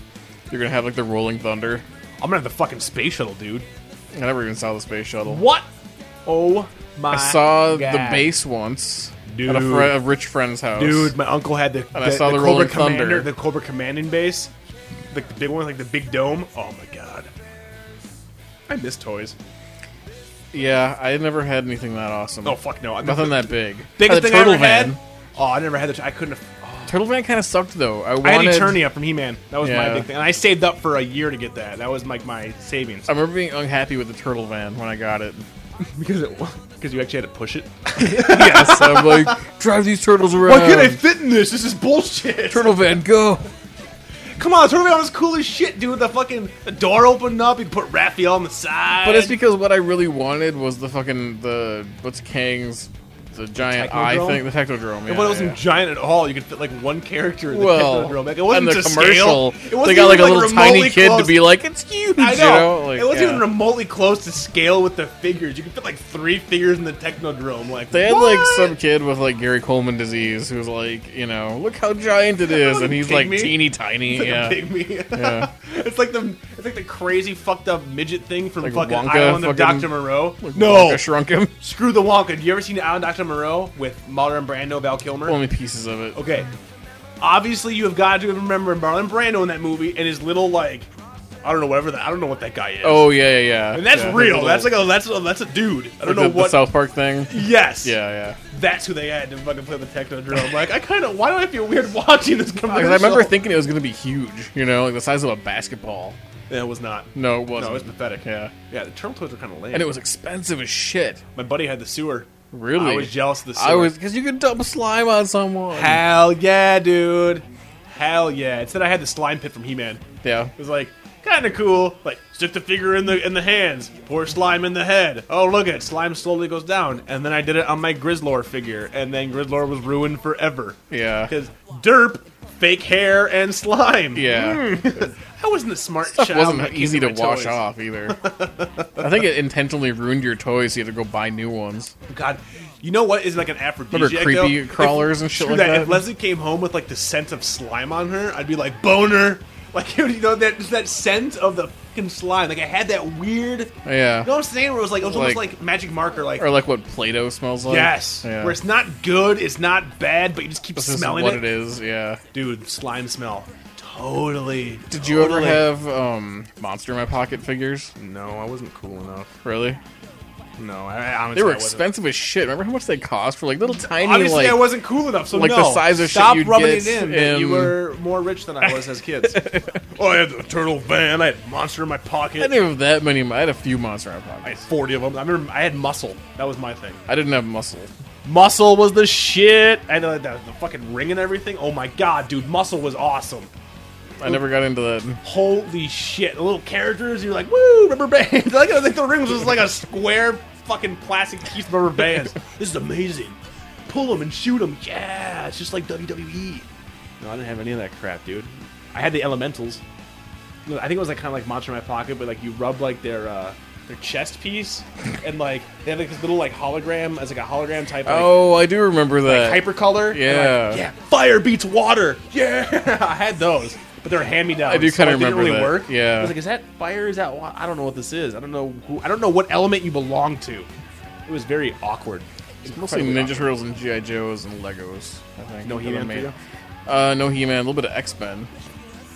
S5: You're gonna have like the Rolling Thunder.
S6: I'm gonna have the fucking space shuttle, dude.
S5: I never even saw the space shuttle.
S6: What? Oh my!
S5: I saw
S6: God.
S5: the base once at a,
S6: Dude.
S5: fr- a rich friend's house.
S6: Dude, my uncle had the, the,
S5: I saw
S6: the
S5: the
S6: Cobra
S5: Rolling
S6: Commander,
S5: Thunder.
S6: the Cobra Commanding base, like the big one, like the big dome. Oh my god, I miss toys.
S5: Yeah, I never had anything that awesome.
S6: Oh fuck no, I
S5: Nothing that big. Had
S6: biggest
S5: the
S6: thing I ever
S5: van.
S6: had. Oh, I never had the. I couldn't. Have, oh.
S5: Turtle van kind of sucked though. I wanted.
S6: I had Eternia from He-Man. That was my
S5: Yeah.
S6: big thing, and I saved up for a year to get that. That was like my savings
S5: I remember being unhappy with the turtle van when I got it.
S6: because it because you actually had to push it.
S5: yes, I'm like, drive these turtles around.
S6: Why can't I fit in this? This is bullshit.
S5: turtle van, go.
S6: Come on, Turtle Man was cool as shit, dude. The fucking the door opened up. You put Raphael on the side.
S5: But it's because what I really wanted was the fucking the what's Kang's the giant eye
S6: Technodrome?
S5: thing, the Technodrome. Yeah,
S6: It wasn't
S5: yeah.
S6: giant at all. You could fit like one character in the
S5: well,
S6: Technodrome. Like, it wasn't
S5: and the
S6: to
S5: commercial,
S6: Scale. It wasn't
S5: they got like a
S6: even,
S5: little tiny
S6: remotely
S5: kid to
S6: close-
S5: be like, it's huge.
S6: I
S5: you
S6: know.
S5: Like,
S6: it wasn't
S5: yeah.
S6: even remotely close to scale with the figures. You could fit like three figures in the Technodrome. Like
S5: They had
S6: what?
S5: like some kid with like Gary Coleman disease who's like, you know, look how giant it is, and he's
S6: kidding
S5: like
S6: me?
S5: teeny tiny.
S6: It's like
S5: yeah,
S6: a pygmy.
S5: Yeah.
S6: it's like the it's like the crazy fucked up midget thing from
S5: Like
S6: fucking
S5: Wonka,
S6: Island of
S5: fucking-
S6: Doctor Moreau.
S5: Wonka shrunk him.
S6: screw the Wonka. Have you ever seen Island of Doctor Moreau with Marlon Brando, Val Kilmer?
S5: Only pieces of it.
S6: Okay. Obviously, you have got to remember Marlon Brando in that movie and his little like, I don't know whatever that I don't know what that guy is.
S5: Oh yeah, yeah, yeah.
S6: and that's
S5: Yeah,
S6: real.
S5: the
S6: that's
S5: little-
S6: like a that's a, that's a dude. I don't
S5: the,
S6: know
S5: the
S6: what.
S5: South Park thing.
S6: yes.
S5: Yeah, yeah.
S6: That's who they had to fucking play the technodrome. like I kind of why do I feel weird watching this commercial?
S5: Because I remember thinking it was gonna be huge. You know, like the size of a basketball.
S6: Yeah, it was not.
S5: No, it wasn't.
S6: No, it was pathetic.
S5: Yeah.
S6: Yeah, the turtle toys were kind of lame.
S5: And it was expensive as shit.
S6: my buddy had the sewer.
S5: Really?
S6: I was jealous of the sewer.
S5: I was because you could dump slime on someone.
S6: Hell yeah, dude. Hell yeah. Instead, I had the slime pit from He-Man.
S5: yeah.
S6: It was like kind of cool. Like stick the figure in the in the hands, pour slime in the head. Oh look at slime slowly goes down, and then I did it on my Grizzlor figure, and then Grizzlor was ruined forever.
S5: Yeah.
S6: because derp, fake hair, and slime. Hmm.
S5: Yeah.
S6: I wasn't a smart
S5: Stuff
S6: child. when it
S5: wasn't
S6: came
S5: easy to
S6: my
S5: wash
S6: toys.
S5: off either. I think it intentionally ruined your toys, so you had to go buy new ones.
S6: God, you know what is like an
S5: Remember
S6: aphrodisiac?
S5: creepy
S6: though?
S5: crawlers and shit
S6: Screw
S5: like
S6: that.
S5: that?
S6: If Leslie came home with like the scent of slime on her, I'd be like boner. Like you know that that scent of the fucking slime. Like I had that weird.
S5: Yeah.
S6: You know what I'm saying? Where it was like it was almost
S5: Like-
S6: like magic marker. Like
S5: Or like what Play-Doh smells like.
S6: yes,
S5: Yeah.
S6: where it's not good, it's not bad, but you just keep
S5: This is
S6: smelling
S5: what
S6: it.
S5: it is. Yeah.
S6: Dude, slime smell. Totally.
S5: Did you ever
S6: totally.
S5: have um, Monster in My Pocket figures?
S6: No, I wasn't cool enough.
S5: Really?
S6: No, I, I honestly
S5: They were
S6: I wasn't.
S5: expensive as shit. Remember how much they cost for like little tiny
S6: Obviously,
S5: like
S6: I wasn't cool enough. So
S5: like
S6: no.
S5: the size of shit
S6: Stop
S5: you'd
S6: rubbing
S5: get
S6: it in, that you
S5: in-
S6: were more rich than I was as kids. oh, I had the turtle van. I had monster in my pocket.
S5: I didn't have that many. I had a few Monster in My
S6: I had
S5: Pockets.
S6: forty of them. I remember I had muscle. That was my thing.
S5: I didn't have muscle.
S6: Muscle was the shit. I had uh, the, the fucking ring and everything. Oh my god, dude, muscle was awesome.
S5: I never got into that.
S6: Holy shit, the little characters. You're like, woo, rubber bands. like, I think the ring was just like a square fucking plastic piece of rubber bands. this is amazing. Pull them and shoot them. Yeah, it's just like E. WWE. No, I didn't have any of that crap, dude. I had the elementals. No, I think it was like kind of like Monster in My Pocket, but like you rub like their uh, their chest piece, and like they have like this little like hologram as like a hologram type. Like,
S5: Oh, I do remember that.
S6: Hypercolor? and,
S5: Yeah.
S6: like, yeah. Fire beats water. Yeah. I had those, but they're hand me downs.
S5: I do kinda remember
S6: Didn't really
S5: that.
S6: work.
S5: Yeah.
S6: I was like, is that fire? Is that water? I don't know what this is. I don't know who. I don't know what element you belong to. It was very awkward. It's
S5: Mostly Ninja Turtles and GI Joes and Legos. I think.
S6: No
S5: that I
S6: He-Man for
S5: made.
S6: you?
S5: Uh, no He-Man. A little bit of X-Men.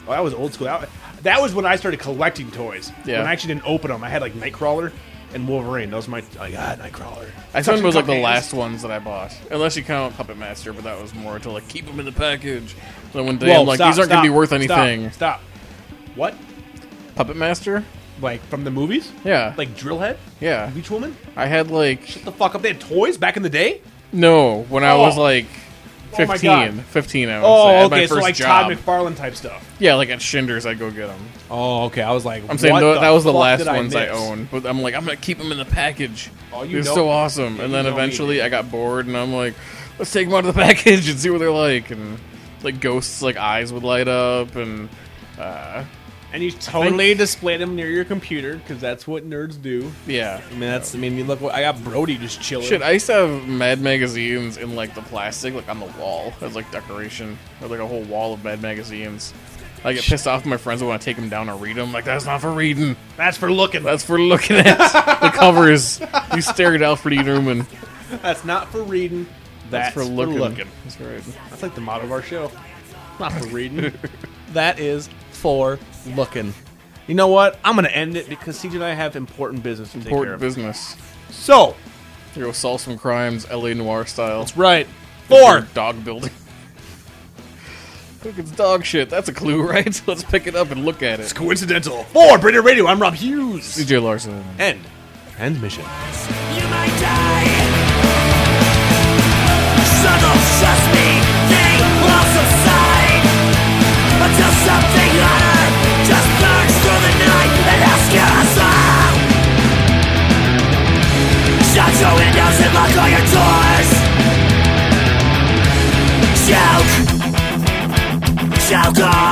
S6: Oh, that was old school. That, that was when I started collecting toys.
S5: Yeah.
S6: When I actually didn't open them, I had like Nightcrawler and Wolverine. Those were my I got Nightcrawler.
S5: X-Men was like the
S6: Hands.
S5: last ones that I bought, unless you count Puppet Master, but that was more to like keep them in the package. So one day
S6: Whoa,
S5: I'm like,
S6: stop,
S5: these aren't
S6: stop,
S5: gonna be worth
S6: stop,
S5: anything.
S6: Stop. What?
S5: Puppet Master?
S6: Like from the movies?
S5: Yeah.
S6: Like Drillhead?
S5: yeah.
S6: Beach Woman?
S5: I had like
S6: Shut the fuck up. They had toys back in the day?
S5: no when I was
S6: Oh.
S5: like
S6: Oh my
S5: 15,
S6: God.
S5: 15. I would say. I
S6: Oh,
S5: had my
S6: okay. So
S5: first
S6: like
S5: job.
S6: Todd McFarlane type stuff.
S5: yeah, like at Shinders, I would go get them.
S6: Oh, okay. I was like,
S5: I'm saying tho- that was the last ones I, owned, but I'm like, I'm gonna keep them in the package.
S6: Oh, you
S5: They're
S6: know-
S5: so awesome.
S6: yeah,
S5: and
S6: you
S5: then
S6: know me,
S5: eventually,
S6: dude.
S5: I got bored, and I'm like, let's take them out of the package and see what they're like. And like ghosts, like eyes would light up, and uh,
S6: and you totally display them near your computer because that's what nerds do.
S5: Yeah.
S6: I mean, that's. I mean, you look. what- I got Brody just chilling.
S5: Shit, I used to have Mad magazines in like the plastic, like on the wall as like decoration. I had like a whole wall of Mad magazines. I get pissed off at my friends when I take them down and read them. Like that's not for reading.
S6: that's for looking.
S5: That's for looking at the covers. You stare at Alfred E. Newman.
S6: That's not for reading.
S5: That's
S6: That's,
S5: for looking.
S6: looking.
S5: That's right.
S6: That's like the motto of our show. Not for reading. that is for looking. You know what? I'm gonna end it because CJ and I have important business to take care
S5: Important
S6: of.
S5: business.
S6: So
S5: Here go solve some crimes, L.A. Noir style.
S6: that's right. Four.
S5: dog building. Look, it's dog shit. That's a clue, right? Let's pick it up and look at it.
S6: Coincidental. Four. Brady Radio. I'm Rob Hughes.
S5: DJ Larson.
S6: End. Transmission.
S9: You might die. Struggles trust me, they will subside. Until something hotter just burns through the night and asks you us all. Shut your windows and lock all your doors. Choke. Choke on.